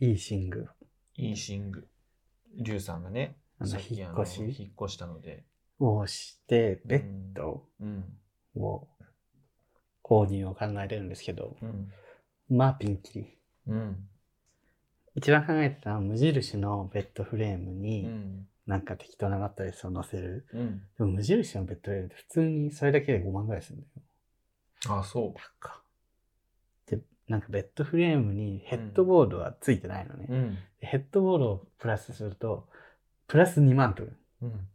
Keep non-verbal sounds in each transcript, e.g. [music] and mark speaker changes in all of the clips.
Speaker 1: いいシング。
Speaker 2: イーシング。リュウさんがね、
Speaker 1: あの
Speaker 2: さっき
Speaker 1: 引っ越し
Speaker 2: あの引っ越したので。
Speaker 1: をして、ベッド
Speaker 2: うん。
Speaker 1: を購入を考えてるんですけど、
Speaker 2: うん。
Speaker 1: まあピンキリ。
Speaker 2: うん。
Speaker 1: 一番考えてたのは無印のベッドフレーム
Speaker 2: う
Speaker 1: に、
Speaker 2: ん。
Speaker 1: なんか適当なマットレスを乗せる。
Speaker 2: うん。
Speaker 1: でも無印のベッドフレームって普通にそれだけで5万ぐらいするんだよ。
Speaker 2: あ、そ
Speaker 1: 高っで、なんかベッドフレームにヘッドボードはついてないのね。
Speaker 2: う。うん。
Speaker 1: ヘッドボードをプラスすると、プラス2万ドル。
Speaker 2: うん。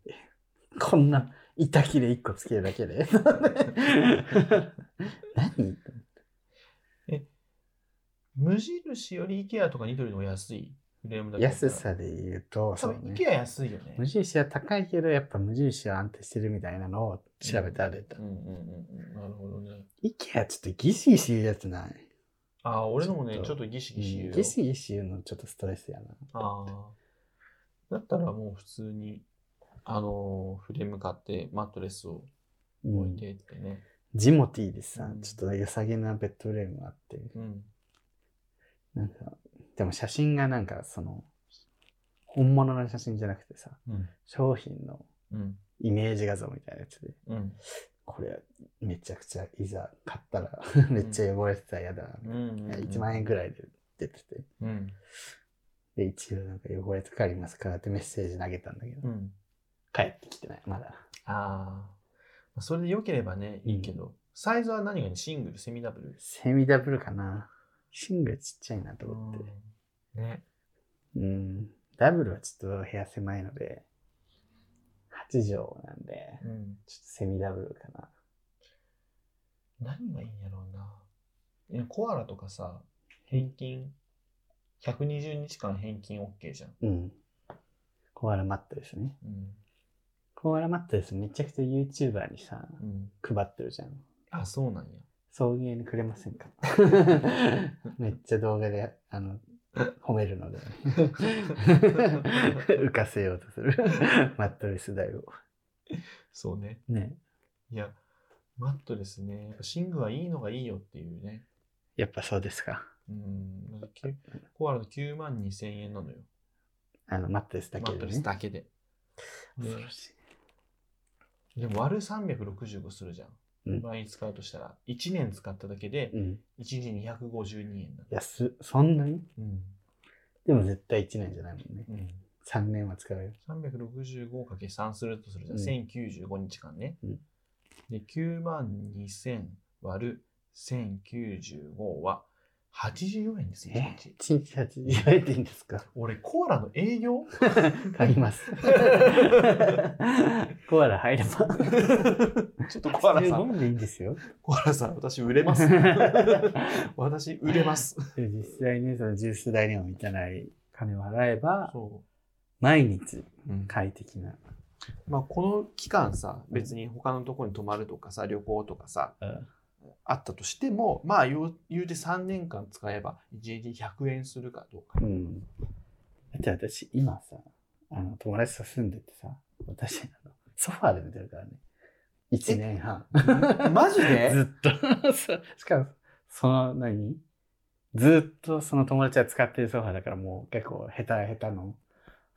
Speaker 1: こんな板切れ1個つけるだけで。
Speaker 2: [laughs]
Speaker 1: 何
Speaker 2: 無印より IKEA とかニトリの方が安いフレームだけど
Speaker 1: 安。さで言うと、
Speaker 2: 多
Speaker 1: そう
Speaker 2: 分
Speaker 1: ね
Speaker 2: IKEA 安いよね。
Speaker 1: 無印は高いけど、やっぱ無印は安定してるみたいなのを調べたら出た
Speaker 2: うん。うんうんうん。なるほどね。
Speaker 1: IKEA ちょっとギシギシ言うやつない。
Speaker 2: ああ、俺のもね、
Speaker 1: ちょっと
Speaker 2: ちょっとギシ
Speaker 1: う
Speaker 2: ギシ言うんよ。
Speaker 1: ギシギシ言うのちょっとストレスやな。
Speaker 2: ああ。だったらもう普通に、あのーフレーム買ってマットレスを
Speaker 1: う
Speaker 2: 置い
Speaker 1: ん
Speaker 2: てってね。
Speaker 1: ジモティーでさ
Speaker 2: う、ん
Speaker 1: ちょっと良さげなベッドフレームがあって、
Speaker 2: うん。
Speaker 1: なんか、でも写真がなんかその、本物の写真じゃなくてさ、
Speaker 2: うん。
Speaker 1: 商品の
Speaker 2: うん。
Speaker 1: イメージ画像みたいなやつで、
Speaker 2: うん。
Speaker 1: これめちゃくちゃいざ買ったら [laughs] めっちゃ汚れてたら嫌だな、
Speaker 2: うんうんうん。
Speaker 1: 1万円ぐらいで出てて
Speaker 2: うん。
Speaker 1: で一応なんか汚れとかありますかってメッセージ投げたんだけど、
Speaker 2: うん。
Speaker 1: 帰ってきてないまだ
Speaker 2: ああ。それで良ければね、いいけど、サイズは何がね、シングル、セミダブル。
Speaker 1: セミダブルかなシングルちっちゃいなと思って
Speaker 2: うんね。
Speaker 1: うんダブルはちょっと部屋狭いので8畳なんで
Speaker 2: うん。
Speaker 1: ちょっとセミダブルかな
Speaker 2: 何がいいんやろうな。えコアラとかさ、返金、120日間返金 OK じゃん。
Speaker 1: うんコアラマットですね
Speaker 2: うん。
Speaker 1: コアラマットですめちゃくちゃ YouTuber にさ
Speaker 2: うん。
Speaker 1: 配ってるじゃん
Speaker 2: あ、そうなんや。
Speaker 1: 送迎にくれませんかめっちゃ動画であの褒めるので浮かせようとするマットレス代を
Speaker 2: そうね。
Speaker 1: ね
Speaker 2: いや、マットレスね。やっぱシングはいいのがいいよっていうね。
Speaker 1: やっぱそうですか
Speaker 2: うん。だってきゅコアラの9万2千円なのよ。
Speaker 1: あのマットレスだ
Speaker 2: マ
Speaker 1: け
Speaker 2: ット
Speaker 1: で
Speaker 2: レス
Speaker 1: ね
Speaker 2: だけで。で
Speaker 1: 恐ろしい
Speaker 2: でも割る365するじゃん。
Speaker 1: うん
Speaker 2: 毎日使うとしたら、1年使っただけで、
Speaker 1: うん
Speaker 2: 1日252円なの。
Speaker 1: 安っそんなに
Speaker 2: うん。
Speaker 1: でも絶対1年じゃないもんね
Speaker 2: うん。
Speaker 1: 3年は使うよ
Speaker 2: 365×3 するとするじゃん。
Speaker 1: うん
Speaker 2: 1095日間ね。
Speaker 1: うん
Speaker 2: で、9万2000割る1095は84円ですよ、
Speaker 1: え
Speaker 2: 1日。
Speaker 1: 1日8時やれていいんですか
Speaker 2: 俺、コアラの営 [laughs] 業
Speaker 1: 買いますコアラ入れば
Speaker 2: ちょっとコアラさん、
Speaker 1: 15でいいんですよ
Speaker 2: コアラさん、私売れ [laughs] ます。私売れます。
Speaker 1: で実際にそのジュース代にも満たない金を払えば、
Speaker 2: そ
Speaker 1: 毎日
Speaker 2: う。うん
Speaker 1: 快適な。
Speaker 2: まあ、この期間さ、別に他のところに泊まるとかさ、旅行とかさ、あったとしても、まあ、言う言うて3年間使えば、1日100円するかどうか
Speaker 1: う。ん。だって私、今さ、あの、友達と住んでてさ、私、あのソファーで寝てるからね。1年半。
Speaker 2: マジで
Speaker 1: ずっと。 [laughs] そうしかも、その何、ずっとその友達が使ってるソファーだからもう結構ヘタヘタの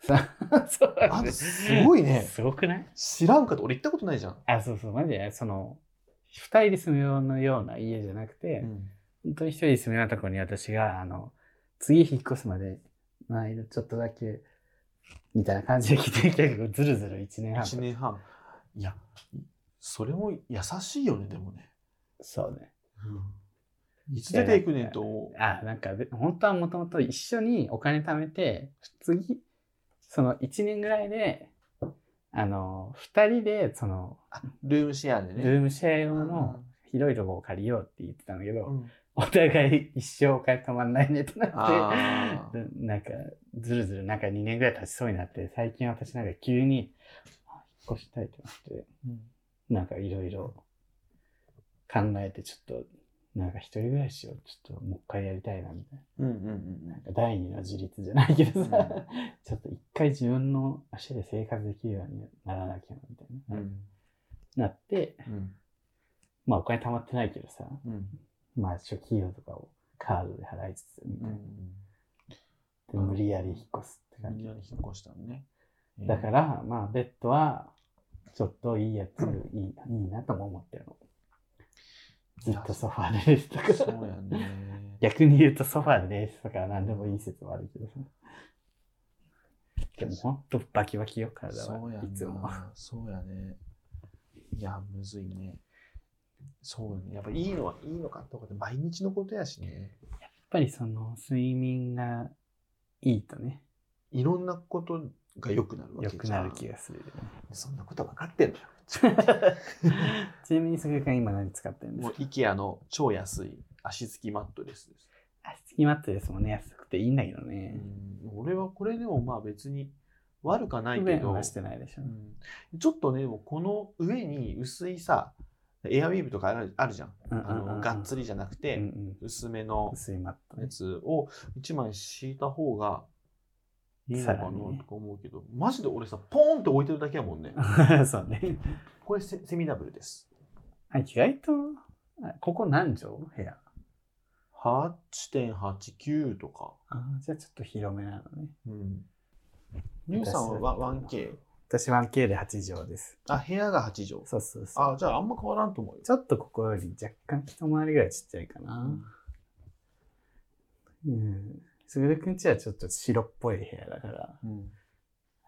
Speaker 1: さ、ソファ
Speaker 2: あ
Speaker 1: ー
Speaker 2: んた
Speaker 1: です
Speaker 2: ごいね。
Speaker 1: すごくない
Speaker 2: 知らんかと俺行ったことないじゃん。
Speaker 1: あ、そうそう、マジで、その、二人で住むようなような家じゃなくて、本当に一人で住むようなとこに私が、あの、次引っ越すまでの間ちょっとだけ、みたいな感じで来て、結構ずるずる1年半。
Speaker 2: 1年半。いや、それも優しいよね、でもね。
Speaker 1: そうね。
Speaker 2: いつ出ていくねんと。
Speaker 1: あ、なんかで、本当はもともと一緒にお金貯めて、次、その1年ぐらいで、あの、二人で、その、
Speaker 2: ルームシェアでね。
Speaker 1: ルームシェア用の広いとこを借りようって言ってたんだけど、
Speaker 2: うん
Speaker 1: お互い一生お金止まんないねってなって、
Speaker 2: あー
Speaker 1: で [laughs] なんか、ずるずるなんか2年ぐらい経ちそうになって、最近私なんか急に、あ引っ越したいとなって、なんかいろいろ考えて、ちょっと、なんか一人暮らしをちょっともう一回やりたいなみたい
Speaker 2: うんうんうん
Speaker 1: な。なんか第二の自立じゃないけどさ、
Speaker 2: うん
Speaker 1: [laughs] ちょっと一回自分の足で生活できるようにならなきゃみたいな
Speaker 2: う、ん。
Speaker 1: なって、
Speaker 2: うん。
Speaker 1: まあお金貯まってないけどさ、
Speaker 2: うん。
Speaker 1: まあ初期費用とかをカードで払いつつみたいな。
Speaker 2: うん
Speaker 1: で無理やり引っ越すって感
Speaker 2: 無
Speaker 1: じ
Speaker 2: 理。やり引っ越したのね。、
Speaker 1: だからら、まあ、ベッドは、ちょっといいやつ、いいいいなとも思ってるの。ずっとソファーで寝て [laughs] た
Speaker 2: そ
Speaker 1: か
Speaker 2: う
Speaker 1: ら。
Speaker 2: やね。
Speaker 1: 逆に言うとソファーで寝てたから何でもいい説もあるけどさ。でもほんとバキバキよ、体
Speaker 2: そ
Speaker 1: は
Speaker 2: うや。
Speaker 1: いつも。
Speaker 2: な。そうやね。いや、むずいね。そうやね。やっぱいいのはいいのかとかって毎日のことやしね。
Speaker 1: やっぱりその睡眠がいいとね、
Speaker 2: いろんなことが良くなるわ
Speaker 1: 良
Speaker 2: け
Speaker 1: く
Speaker 2: じゃ。
Speaker 1: なんる気がするよね。
Speaker 2: そんなこと分かってんのよ。
Speaker 1: ちなみに、それが今何使ってるんです
Speaker 2: もう
Speaker 1: か
Speaker 2: IKEA の超安い足つきマットレスです。
Speaker 1: 足つきマットですもんね、安くていいんだけどね。
Speaker 2: うん俺はこれでもまあ別に悪かない
Speaker 1: 不
Speaker 2: け
Speaker 1: 便
Speaker 2: ど、
Speaker 1: はしてないでしょ。
Speaker 2: うんちょっとね、でもこの上に薄いさ、エアウィーブとかあるあるじゃん。
Speaker 1: うんうん
Speaker 2: あ
Speaker 1: うんう
Speaker 2: の
Speaker 1: ん
Speaker 2: がっつりじゃな
Speaker 1: う
Speaker 2: く
Speaker 1: んう
Speaker 2: て、
Speaker 1: ん。
Speaker 2: 薄めの
Speaker 1: 薄いマットね
Speaker 2: や。つを1枚敷いた方がいいのかな
Speaker 1: さらにね
Speaker 2: とか思うけど、マジで俺さ、ポーンって置いてるだけやもんね。
Speaker 1: [laughs] そうね。
Speaker 2: これセセミダブルです。
Speaker 1: あ意外と、あここ何畳部屋。
Speaker 2: 8.89とか。
Speaker 1: あーじゃあちょっと広めなのね。
Speaker 2: うん。ニューさんは 1K。
Speaker 1: 私 1K で8畳です。
Speaker 2: あ、部屋が8畳。
Speaker 1: そうそうそう。
Speaker 2: あ、じゃああんま変わらんと思うよ。
Speaker 1: ちょっとここより若干一回りぐらいちっちゃいかな。うん。すぐるくんちはちょっと白っぽい部屋だから、
Speaker 2: うん。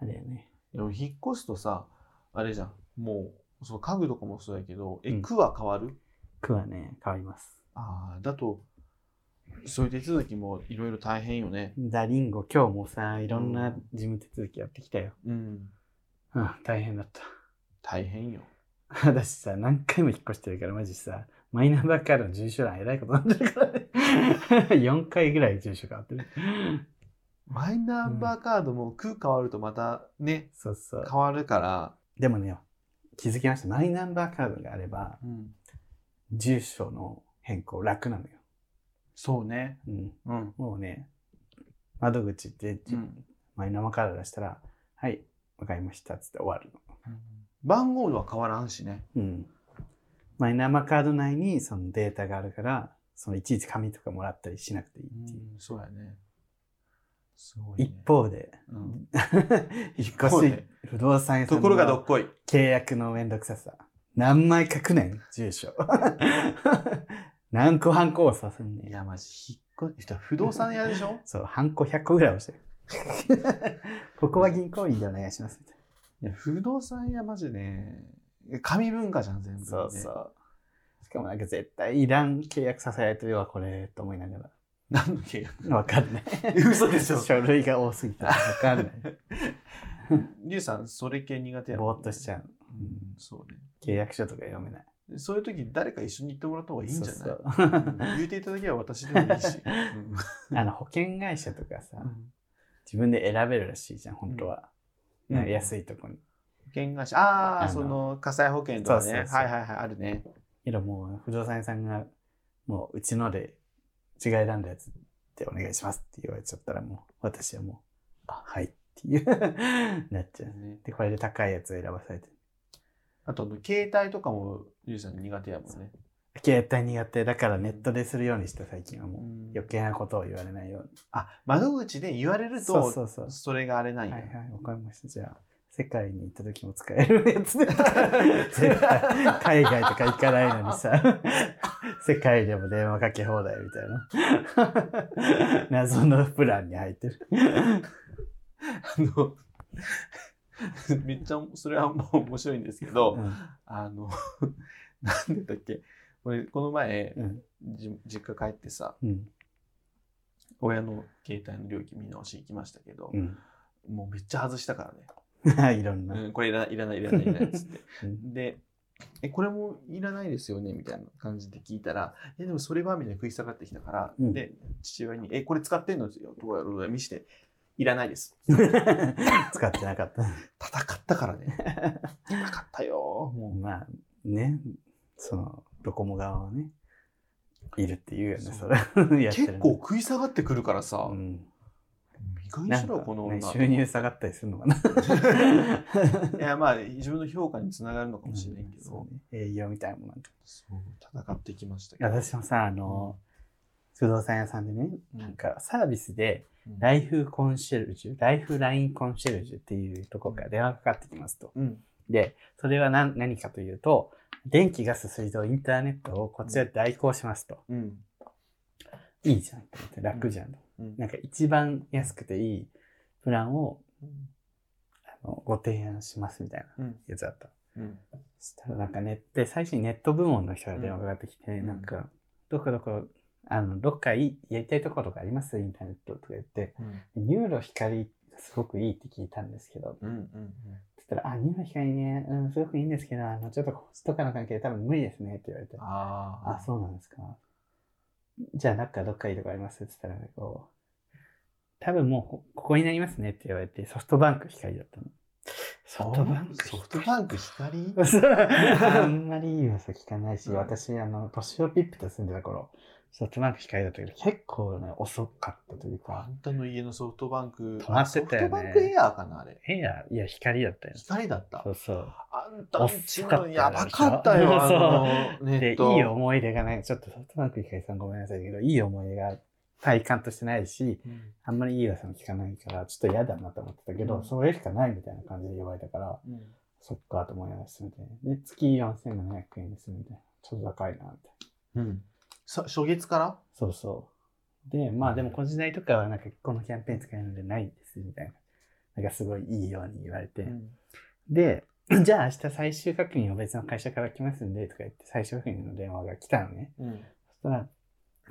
Speaker 1: あれやね。
Speaker 2: でも引っ越すとさ、あれじゃん。もう、その家具とかもそうやけど、え、
Speaker 1: うん
Speaker 2: 区は変わる
Speaker 1: 区はね、変わります。
Speaker 2: ああ、だと、そういう手続きもいろいろ大変よね。
Speaker 1: だ、リンゴ、今日もさ、いろんな事務手続きやってきたよ。
Speaker 2: うん。
Speaker 1: うん、大変だった。
Speaker 2: 大変よ。
Speaker 1: [laughs] 私さ、何回も引っ越してるから、マジさ、マイナンバーカードの住所欄えらいことになってるからね。4回ぐ [laughs] らい住所変わってる。
Speaker 2: マイナンバーカードも区変わるとまたね、
Speaker 1: そうそう。
Speaker 2: 変わるから、
Speaker 1: でもね、気づきました。マイナンバーカードがあれば、
Speaker 2: うん、
Speaker 1: 住所の変更楽なのよ。
Speaker 2: そうね。
Speaker 1: うん。
Speaker 2: うん。
Speaker 1: もうね、窓口で、
Speaker 2: うん、
Speaker 1: マイナンバーカード出したら、はい、わかりました、つって終わるの。
Speaker 2: 番号は変わらんしね。
Speaker 1: うん。マイナンバーカード内にそのデータがあるから、そのいちいち紙とかもらったりしなくていいっていう。、
Speaker 2: そうやね。すごい、ね。
Speaker 1: 一方で、
Speaker 2: うん、
Speaker 1: [laughs] 引っ
Speaker 2: 方
Speaker 1: 越し
Speaker 2: で、
Speaker 1: 不動産屋さん
Speaker 2: と
Speaker 1: の
Speaker 2: ころがどっこい。
Speaker 1: 契約のめんどくささ。何枚書くねん、住所。 [laughs] 何個ハンコをさせんね
Speaker 2: い
Speaker 1: ん。
Speaker 2: や、まじ、引っ越し、不動産屋でしょ
Speaker 1: そう、ハンコ100個ぐらい押してる。 [laughs] ここは銀行員でお願いしますみたい
Speaker 2: [laughs] いや、不動産屋マジね、紙文化じゃん、全部、
Speaker 1: な。
Speaker 2: ね。
Speaker 1: そうそう。しかもなんか絶対いらん契約させられてるわ、これ、と思いなが
Speaker 2: 何の契約
Speaker 1: ら。わかんない。
Speaker 2: 嘘で [laughs] しょ
Speaker 1: 書類が多すぎた。わかんない。
Speaker 2: [laughs] リュウさん、それ系苦手やもん
Speaker 1: ぼーっとしちゃう。
Speaker 2: うん、そうね。
Speaker 1: 契約書とか読めない。
Speaker 2: そういう時、誰か一緒に行ってもらった方がいいんじゃない
Speaker 1: そうそう [laughs]
Speaker 2: うん言うていただけは私でもいいし。うん
Speaker 1: あの、保険会社とかさ、自分で選べるらしいじゃん、本当は。
Speaker 2: うん
Speaker 1: なんか安いとこに。
Speaker 2: 保険会社、
Speaker 1: あ
Speaker 2: ああ、
Speaker 1: の
Speaker 2: その火災保険とか
Speaker 1: そう
Speaker 2: ね。
Speaker 1: そ
Speaker 2: は
Speaker 1: う
Speaker 2: い
Speaker 1: そう
Speaker 2: はいはい、あるね。
Speaker 1: けどもう不動産屋さんがもううちので違い選んだやつでお願いしますって言われちゃったらもう私はもうあはいっていう [laughs] なっちゃうでこれで高いやつを選ばされて
Speaker 2: あと、携帯とかもリュウさん苦手やもんね。
Speaker 1: 携帯苦手だからネットでするようにした最近はもう余
Speaker 2: よ
Speaker 1: 計なことを言われないように
Speaker 2: あ、窓口で言われる
Speaker 1: そう
Speaker 2: と、
Speaker 1: そうそう
Speaker 2: それがあれない
Speaker 1: は
Speaker 2: ん
Speaker 1: い
Speaker 2: や
Speaker 1: はいわかりましたじゃあ世界に行った時も使えるや
Speaker 2: [laughs]
Speaker 1: つで絶対海外とか行かないのにさ世界でも電話かけ放題みたいな謎のプランに入ってる
Speaker 2: あの、 [laughs] めっちゃ、それはもう面白いんですけど、あの、 [laughs] なんでだっけ、俺、この前、
Speaker 1: うん
Speaker 2: じ実家帰ってさ、
Speaker 1: うん
Speaker 2: 親の携帯の料金見直し行きましたけど、
Speaker 1: うん
Speaker 2: もうめっちゃ外したからね。
Speaker 1: いろん [laughs] な。
Speaker 2: うん、これいらない、いらない、いらない、いらないっつ
Speaker 1: [laughs]
Speaker 2: って。
Speaker 1: うん
Speaker 2: で、え、これもいらないですよねみたいな感じで聞いたら、え、でもそれはみたいな食い下がってきたから、
Speaker 1: うん
Speaker 2: で、父親に、え、これ使ってんのですよ。どうやろうどうやろう見して。いらない
Speaker 1: [laughs]
Speaker 2: です。
Speaker 1: 使ってなかった。
Speaker 2: 戦ったからね。戦ったよ。も
Speaker 1: まあね、その、ドコモ側はね、いるって言うよね、
Speaker 2: そ
Speaker 1: それ。 [laughs]
Speaker 2: う
Speaker 1: やってる
Speaker 2: 結構、食い下がってくるからさ、
Speaker 1: うん、
Speaker 2: 意外
Speaker 1: な
Speaker 2: し
Speaker 1: ん
Speaker 2: ろ、
Speaker 1: か、
Speaker 2: この
Speaker 1: ね、
Speaker 2: 女。 [laughs]
Speaker 1: 収入下がったりするのかな。
Speaker 2: いや、まあ、自分の評価につながるのかもしれないけ
Speaker 1: そ
Speaker 2: ど、
Speaker 1: うね営業みたいなもんなんか。
Speaker 2: そう戦ってきましたけど。
Speaker 1: 私もさ、あの、不動産屋さんでね、
Speaker 2: うん
Speaker 1: なんかサービスでライフコンシェルジュ、ライフラインコンシェルジュっていうところから電話がかかってきますと。
Speaker 2: うん。
Speaker 1: で、それは何何かというと、電気、ガス、水道、インターネットをこちらで代行しますと。
Speaker 2: うん。
Speaker 1: いいじゃんと思って、楽じゃんと。
Speaker 2: うん。
Speaker 1: なんか一番安くていいプランを
Speaker 2: うん。
Speaker 1: あのご提案しますみたいな
Speaker 2: うん。
Speaker 1: やつだった。
Speaker 2: うん。
Speaker 1: そしたらなんかネット、最初にネット部門の人が電話かかってきて、
Speaker 2: ん
Speaker 1: なんか、どこどこ、あの、どっかいいやりたいところとかありますインターネットとか言って、ニューロ光すごくいいって聞いたんですけど、
Speaker 2: うん。
Speaker 1: つったら、あ、ニューロ光ね、うん、すごくいいんですけど、あの、ちょっとコストとかの関係で多分無理ですねって言われて、
Speaker 2: ああ。
Speaker 1: あ、そうなんですか。じゃあ、なんかどっかいいとこありますって言ったら、こう、多分もうこここになりますねって言われて、ソフトバンク光だったの。ソフトバンク
Speaker 2: ソフトバンク光
Speaker 1: そう [laughs] あんまりいい噂聞かないし、
Speaker 2: うん
Speaker 1: 私、あの、年をピップと住んでた頃、ソフトバンク光だったけど、結構ね、遅かったという
Speaker 2: あ
Speaker 1: か、
Speaker 2: んたの家のソフトバンク。
Speaker 1: 止まってたよね
Speaker 2: ソフトバンクエアーかなあれ。
Speaker 1: 部屋、いや、光だったよ。
Speaker 2: 光だった
Speaker 1: そ。うそう。
Speaker 2: あんたんちのやばかった
Speaker 1: 遅
Speaker 2: よ、
Speaker 1: か
Speaker 2: あ
Speaker 1: ったよ
Speaker 2: のネ
Speaker 1: で、い
Speaker 2: ッ
Speaker 1: い
Speaker 2: ト。
Speaker 1: 思い出がない。ちょっとソフトバンク光さんごめんなさいだけど、いい思い出が体感としてないし、
Speaker 2: うん。
Speaker 1: あんまりいい噂も聞かないから、ちょっと嫌だなと思ってたけど、
Speaker 2: うん
Speaker 1: それしかないみたいな感じで言われたから、
Speaker 2: うん
Speaker 1: そっかと思いながら住んで、で、月4700円ですみたいな。ちょっと高いな、みたいな。
Speaker 2: うん。さ初月から
Speaker 1: そうそう。で、まあでもこの時代とかはなんかこのキャンペーン使えるのでないんですみたいな。なんかすごいいいように言われて。
Speaker 2: うん
Speaker 1: で、 [clears throat] じゃあ明日最終確認を別の会社から来ますんでとか言って最終確認の電話が来たのね。
Speaker 2: うん。
Speaker 1: そしたら、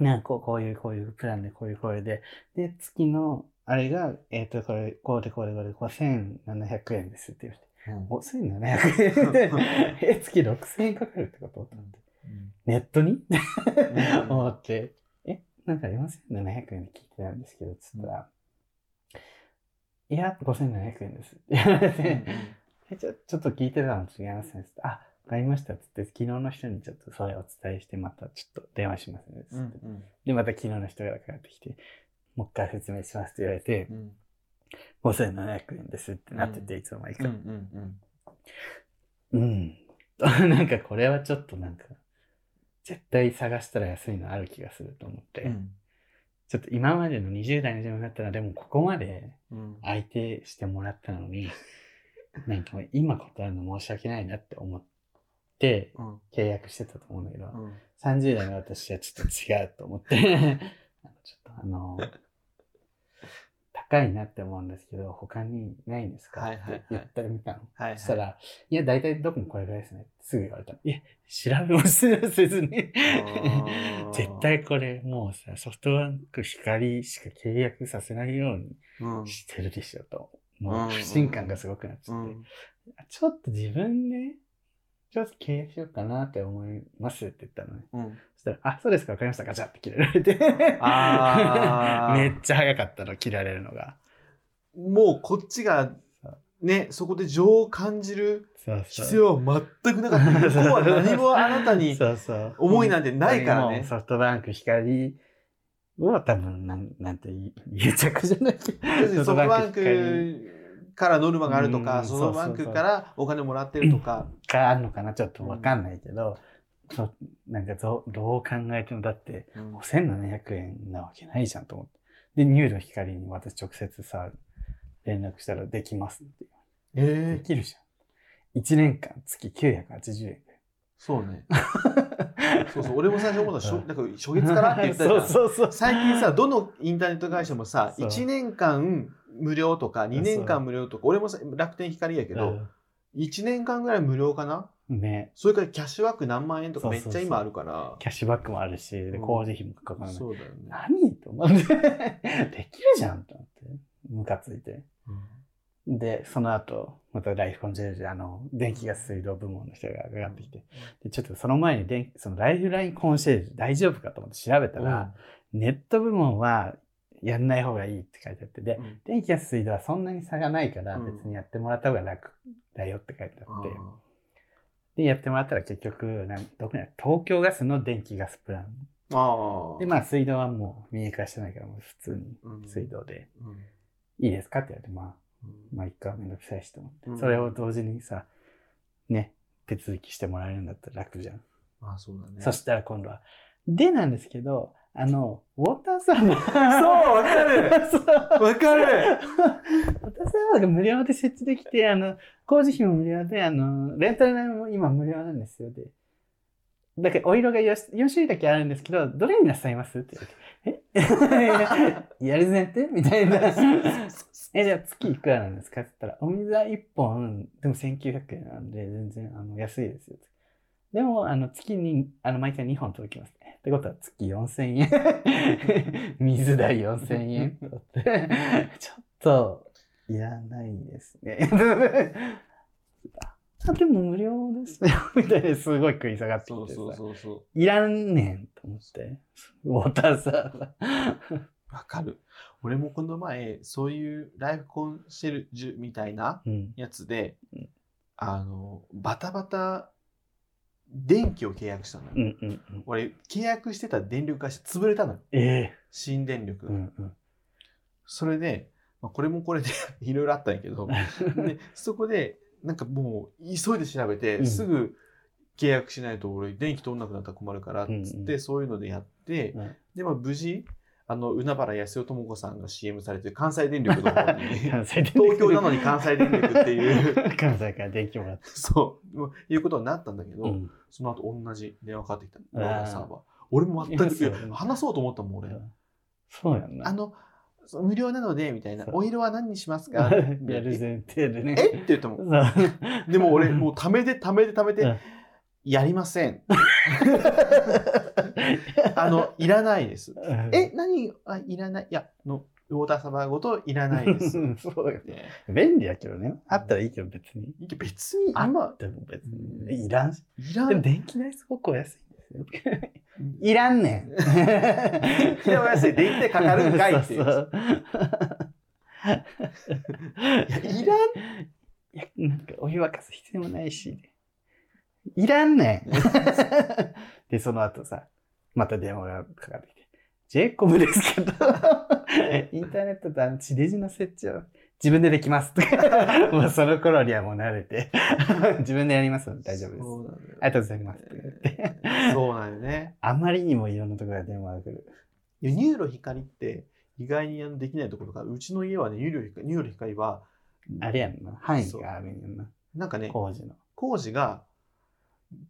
Speaker 1: なんかこうこういうこういうプランでこういうこれで、で、月のあれが、えっ、と、これ、こうでこれこれで、こう1700円ですって言われて、
Speaker 2: うん [laughs]
Speaker 1: 5700円で、え、月6000円かかるってことと思ってネットに思って、え、なんか4700円で聞いてたんですけど、つったら、いや、5700円です。って言われて [laughs] えちょちょっと聞いてたの違いますね。つってあ、わかりました。つって、昨日の人にちょっとそれお伝えして、またちょっと電話しますね。つ
Speaker 2: う
Speaker 1: って
Speaker 2: ん。
Speaker 1: で、また昨日の人がかかってきて、もう一回説明しますって言われて
Speaker 2: う、ん。
Speaker 1: 5700円ですってなってて、
Speaker 2: う
Speaker 1: いつの間に
Speaker 2: うん。う
Speaker 1: か。
Speaker 2: ん。
Speaker 1: うん。なん [laughs] かこれはちょっとなんか、絶対探したら安いのある気がすると思って。
Speaker 2: うん。
Speaker 1: ちょっと今までの20代の自分だったら、でもここまで
Speaker 2: うん。
Speaker 1: 相手してもらったのに、
Speaker 2: [laughs]
Speaker 1: なんかもう今断るの申し訳ないなって思って
Speaker 2: うん。
Speaker 1: 契約してたと思うんだけど、
Speaker 2: うん。
Speaker 1: 30代の私はちょっと違うと思って、 [laughs] あのちょっとあ
Speaker 2: [laughs]
Speaker 1: の、高いなって思うんですけど、他にないんですか
Speaker 2: はい
Speaker 1: っ
Speaker 2: はいはい
Speaker 1: て言ったら見たの。
Speaker 2: はいはい。
Speaker 1: そしたら、いや、大体どこもこれぐらいですねってすぐ言われたの。いや、調べもせずに。絶対これもうさソフトバンク光しか契約させないよう
Speaker 2: うん
Speaker 1: にしてるでしょと、
Speaker 2: うん
Speaker 1: もう不信感がすごくなっち
Speaker 2: う
Speaker 1: ゃって、
Speaker 2: ん
Speaker 1: ちょっと自分でちょっと契約しようかなって思いますって言ったのね
Speaker 2: うん
Speaker 1: そしたら「あそうですか分かりましたガチャ」って切られて
Speaker 2: あー
Speaker 1: [laughs] めっちゃ早かったの切られるのが
Speaker 2: もうこっちがねそこで情を感じる
Speaker 1: そうそう
Speaker 2: 必要は全くなかった向こ
Speaker 1: [laughs]
Speaker 2: うは何もあなたに
Speaker 1: そうそう
Speaker 2: 思いなんてないから
Speaker 1: もう
Speaker 2: ね
Speaker 1: ソフトバンク光を多分なんなんて言い癒着じゃないけ
Speaker 2: 要する
Speaker 1: ど
Speaker 2: にソフトバン
Speaker 1: 光
Speaker 2: クからノルマがあると
Speaker 1: う
Speaker 2: か
Speaker 1: ん
Speaker 2: ソフトバンクからお金もらってるとか
Speaker 1: があるのかなちょっとわかんないけど、そうなんかどうどう考えてもだって
Speaker 2: うん
Speaker 1: 5700円なわけないじゃんと思ってでニューロ光に私直接さ連絡したらできますって、で
Speaker 2: ええ
Speaker 1: きるじゃん1年間月980円
Speaker 2: そうねそうそう俺も最初思ったしょなんか初月からって言ったじゃ
Speaker 1: そ
Speaker 2: ん
Speaker 1: う [laughs] そうそう
Speaker 2: 最近さどのインターネット会社もさ
Speaker 1: そう
Speaker 2: 1年間無料とか2年間無料とか俺もさ楽天光やけど、1年間ぐらい無料かな
Speaker 1: うんね
Speaker 2: それからキャッシュバック何万円とか
Speaker 1: そう
Speaker 2: め
Speaker 1: そう
Speaker 2: っ
Speaker 1: そう
Speaker 2: ちゃ今あるから
Speaker 1: キャッシュバックもあるしで
Speaker 2: うん
Speaker 1: 工事費もかからない、
Speaker 2: そうだよね、
Speaker 1: 何と思ってできるじゃんと思ってムカついてで、その後、またライフコンシェルジュ、あの、電気ガス水道部門の人が上がってきて、で、ちょっとその前に電、そのライフラインコンシェルジュ大丈夫かと思って調べたら、ネット部門はやんない方がいいって書いてあって、で、
Speaker 2: うん
Speaker 1: 電気ガス水道はそんなに差がないから、
Speaker 2: うん
Speaker 1: 別にやってもらった方が楽だよって書いてあって、で、やってもらったら結局、なんどこにある東京ガスの電気ガスプラン。
Speaker 2: ああ
Speaker 1: で、まあ、水道はもう民営化してないから、もう普通に
Speaker 2: うん
Speaker 1: 水道で、
Speaker 2: うん
Speaker 1: いいですかって言われて、まあ、
Speaker 2: うん
Speaker 1: まあ、一回はめんどくさいしと思って、
Speaker 2: うん
Speaker 1: それを同時にさ、ね、手続きしてもらえるんだったら楽じゃん。
Speaker 2: まあそうだね
Speaker 1: そしたら今度は、でなんですけど、あの、ウォーターサーバー。
Speaker 2: そう、わか
Speaker 1: [laughs] そう
Speaker 2: る。わかる。
Speaker 1: ウォーターサーバーが無料で設置できて、あの、工事費も無料で、あの、レンタル代も今無料なんですよ。で、だけどお色が 4, 4種類だけあるんですけど、どれになさいますって言われて、え [laughs] やる前提みたいな。え、じゃあ月いくらなんですかって言ったら、お水は1本、でも1900円なんで、全然あの安いですよ。でも、あの、月に、あの、毎回2本届きますね。ってことは、月4000円。水代4000円。ちょ
Speaker 2: [laughs]
Speaker 1: っと、いらないですね。 [laughs] あ、でも無料ですね。 [laughs] みたいな、すごい食い下がってき
Speaker 2: [laughs] そう
Speaker 1: てさ。
Speaker 2: そうそうそ
Speaker 1: いらんねんと思って。ウォーターサーバー。
Speaker 2: う。わかる。俺もこの前、そういうライフコンシェルジュみたいな
Speaker 1: うん。
Speaker 2: やつで
Speaker 1: うん、
Speaker 2: あの、バタバタ電気を契約したのよ。
Speaker 1: うんうんうん。
Speaker 2: 俺、契約してた電力会社潰れたのよ。
Speaker 1: ええ
Speaker 2: 新電力。
Speaker 1: うんうん。
Speaker 2: それで、まあ、これもこれで [laughs] いろいろあったんやけど、でそこで、なんかもう、急いで調べて、
Speaker 1: うん
Speaker 2: すぐ契約しないと俺、電気通んなくなったら困るから、つって、
Speaker 1: うんうん
Speaker 2: そういうのでやって、
Speaker 1: うん
Speaker 2: で、まあ、無事、あの、海原康代智子さんが CM されてる関西電力の方に、
Speaker 1: 関西電力
Speaker 2: [laughs] 東京なのに関西電力っ
Speaker 1: [laughs]
Speaker 2: ていう、
Speaker 1: 関西から電気もらって。
Speaker 2: そう、もういうことになったんだけど、
Speaker 1: うん
Speaker 2: その後同じ電話かかってきたの、
Speaker 1: あー
Speaker 2: ローカルサーバー。俺も全
Speaker 1: います
Speaker 2: く、
Speaker 1: よ
Speaker 2: いや話そうと思ったもん、俺。
Speaker 1: そうやんな。
Speaker 2: あの、そう無料なので、みたいな
Speaker 1: そ。う
Speaker 2: お色は何にします
Speaker 1: [laughs]
Speaker 2: か
Speaker 1: やる前提で [laughs] ね。
Speaker 2: えって言っても。
Speaker 1: そう
Speaker 2: でも俺、もうためてためてため
Speaker 1: う
Speaker 2: て
Speaker 1: ん、
Speaker 2: やりませ
Speaker 1: [laughs]
Speaker 2: ん。あの、いらないです。
Speaker 1: うん
Speaker 2: え、何あ、いらない。いや、の、ウォーターサーバーごといらないです。
Speaker 1: そうよ
Speaker 2: ね
Speaker 1: 便利やけどね。あったらいいけど別に。
Speaker 2: いや別に
Speaker 1: あ
Speaker 2: 今、
Speaker 1: でも別に。いらんし。
Speaker 2: いら
Speaker 1: でも
Speaker 2: ん。
Speaker 1: 電気代すごくお安いんですよ。 [laughs] いらんねん。電
Speaker 2: 気代お安い電気代かかるんかいっていう
Speaker 1: [laughs] そう
Speaker 2: いやいらん。
Speaker 1: いや、なんかお湯沸かす必要もないし、いらんねん [laughs] で、その後さ、また電話がかかってきて、ジェイコムです [laughs] けど、インターネットとあの地デジの設置を自分でできますとか、 [laughs] もうその頃にはもう慣れて、自分でやりますので大丈夫です。
Speaker 2: そうなんだよ
Speaker 1: ありがとうございます。
Speaker 2: [laughs] そうなんよね。
Speaker 1: [laughs] あまりにもいろんなところが電話が来る。
Speaker 2: いやニューロ光って意外にあのできないところが、うちの家はね、ニューロ光ニューロ光は、
Speaker 1: あれやんな。範囲があるんやんな。
Speaker 2: なんかね、
Speaker 1: 工事の。
Speaker 2: 工事が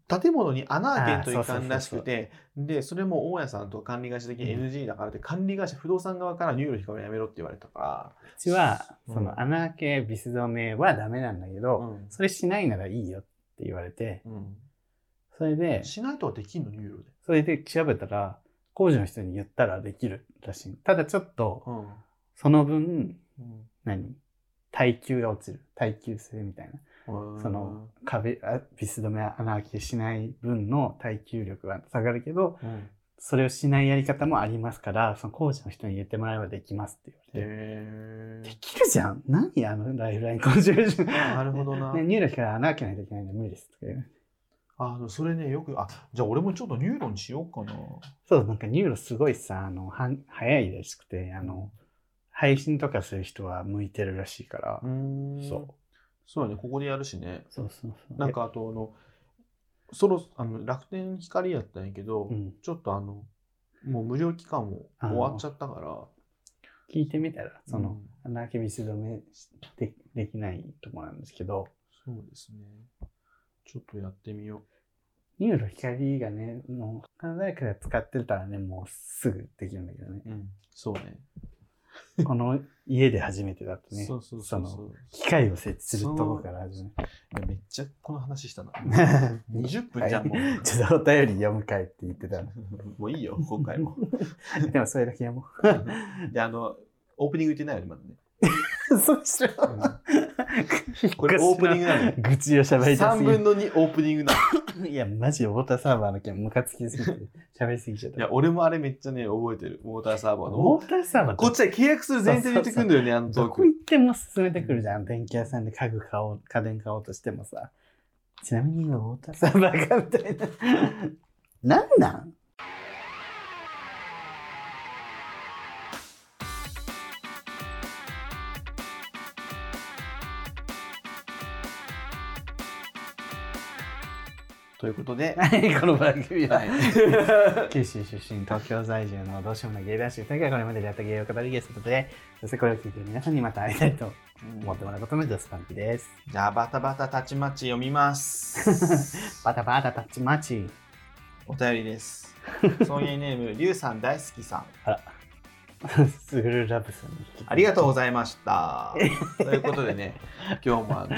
Speaker 2: 建物に穴開けんといかんらしく
Speaker 1: あーそうそう
Speaker 2: てでそれも大家さんと管理会社的に
Speaker 1: うん
Speaker 2: NG だからって、管理会社不動産側から入力光をやめろって言われたか
Speaker 1: うちは、
Speaker 2: うん
Speaker 1: その穴開けビス止めはダメなんだけ
Speaker 2: ら、
Speaker 1: ど、
Speaker 2: うん
Speaker 1: それしないならいいよって言われて、それで、
Speaker 2: しないとはできんの入力で、
Speaker 1: それで調べたら、工事の人に言ったらできるらしい。ただちょっと、
Speaker 2: うん
Speaker 1: その分、何耐久が落ちる。耐久性みたいな。
Speaker 2: うん
Speaker 1: その、壁、あビス止め穴開けしない分の耐久力は下がるけど、
Speaker 2: うん
Speaker 1: それをしないやり方もありますから、その工事の人に言ってもらえばできますって言われて。
Speaker 2: へ
Speaker 1: できるじゃん何あのライフライン工事
Speaker 2: ーなるほどな、
Speaker 1: ね、入力から穴開けないといけないんで無理ですとか言う
Speaker 2: あのそれねよくあじゃあ俺もちょっとニューロにしようかな
Speaker 1: そう、なんかニューロすごいさ、あの、はん早いらしくて、あの、配信とかする人は向いてるらしいから
Speaker 2: う。ん
Speaker 1: そ
Speaker 2: そうやねここでやるしね
Speaker 1: そうそうそう。
Speaker 2: なん、かあとあのそろあの楽天光やったんやけど、
Speaker 1: うん。
Speaker 2: ちょっとあの、もう無料期間も終わっちゃったから、
Speaker 1: 聞いてみたら、その、
Speaker 2: うん
Speaker 1: 穴開け水止めでできないとこなんですけど、
Speaker 2: そうですね。ちょっとやってみよ
Speaker 1: ニューロ光がね、もう、他の誰かが使ってたらね、もうすぐできるんだけどね
Speaker 2: う。。うん、そうね。 [laughs]
Speaker 1: この家で初めてだとね、
Speaker 2: そうそうそ
Speaker 1: そ
Speaker 2: う
Speaker 1: の
Speaker 2: そう。
Speaker 1: 機械を設置するとこから始める。
Speaker 2: いやめっちゃこの話し
Speaker 1: [laughs]
Speaker 2: たな。
Speaker 1: 20
Speaker 2: 20分じゃん、
Speaker 1: [laughs]
Speaker 2: もう。
Speaker 1: ちょっとお便り読むかいって言ってたの。
Speaker 2: もういいよ、今回も。
Speaker 1: [laughs] でもそれだけ読も
Speaker 2: で、あの、オープニング言ってないよね、まだね。 [laughs]
Speaker 1: う。そうしろ。
Speaker 2: これオープニングな
Speaker 1: [laughs]
Speaker 2: の。
Speaker 1: 愚痴を喋りたす
Speaker 2: 3
Speaker 1: ぎ
Speaker 2: 分の2オープニングなの。
Speaker 1: る。いや、マジでウォーターサーバーの件ムカつきすぎて、喋りすぎちゃっ
Speaker 2: い
Speaker 1: た
Speaker 2: や、。俺もあれめっちゃね、覚えてる。モーターサーバーの。
Speaker 1: ウォーターサーバー
Speaker 2: こっちは契約する前提で言ってくんだよね、あのト
Speaker 1: ど
Speaker 2: ー
Speaker 1: こ
Speaker 2: ク。
Speaker 1: 行っても進めてくるじゃん。電気屋さんで家具買おう、家電買おうとしてもさ。ちなみに今ウォーターサーバーがみたいな。なんなん
Speaker 2: ということで、
Speaker 1: 何この番組は
Speaker 2: はい
Speaker 1: [laughs] 九州出身、東京在住のどうしようもない芸男子2人がこれまででやった芸を語りゲストということで、そしてこれを聞いている皆さんにまた会いたいと思ってもらうことのジャスパンピです。
Speaker 2: じゃあバタバタたちまち読み
Speaker 1: [laughs]
Speaker 2: ます。
Speaker 1: バタバタタッチマチ。
Speaker 2: お便りです。ソニエネーム、リュウさん大好きさん。
Speaker 1: スグルラブさんに引き続き
Speaker 2: ありがとうございました。ということでね、今日もあの、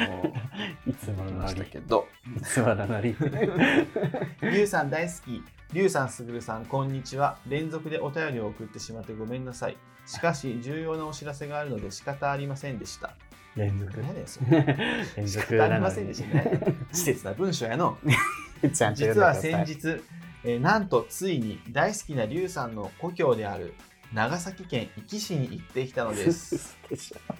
Speaker 1: いつもの
Speaker 2: 来ま
Speaker 1: ノ
Speaker 2: し
Speaker 1: リ。
Speaker 2: た
Speaker 1: い
Speaker 2: けど、
Speaker 1: つものノリ。
Speaker 2: リュウさん大好き。リュウさん、すぐるさん、こんにちは。連続でお便りを送ってしまってごめんなさい。しかし、重要なお知らせがあるので仕方ありませんでした。
Speaker 1: 連続。
Speaker 2: 何です
Speaker 1: [laughs] 連
Speaker 2: 仕
Speaker 1: 続
Speaker 2: 方
Speaker 1: な
Speaker 2: あり
Speaker 1: の
Speaker 2: ませんで
Speaker 1: に
Speaker 2: した。ね。稚拙な文章やの。
Speaker 1: ちゃんと読ん
Speaker 2: 実
Speaker 1: でくだ
Speaker 2: は
Speaker 1: さい
Speaker 2: 先日、えーなんとついに大好きなリュウさんの故郷である長崎県壱岐市に行ってきた
Speaker 1: [laughs]
Speaker 2: のです。
Speaker 1: でしょ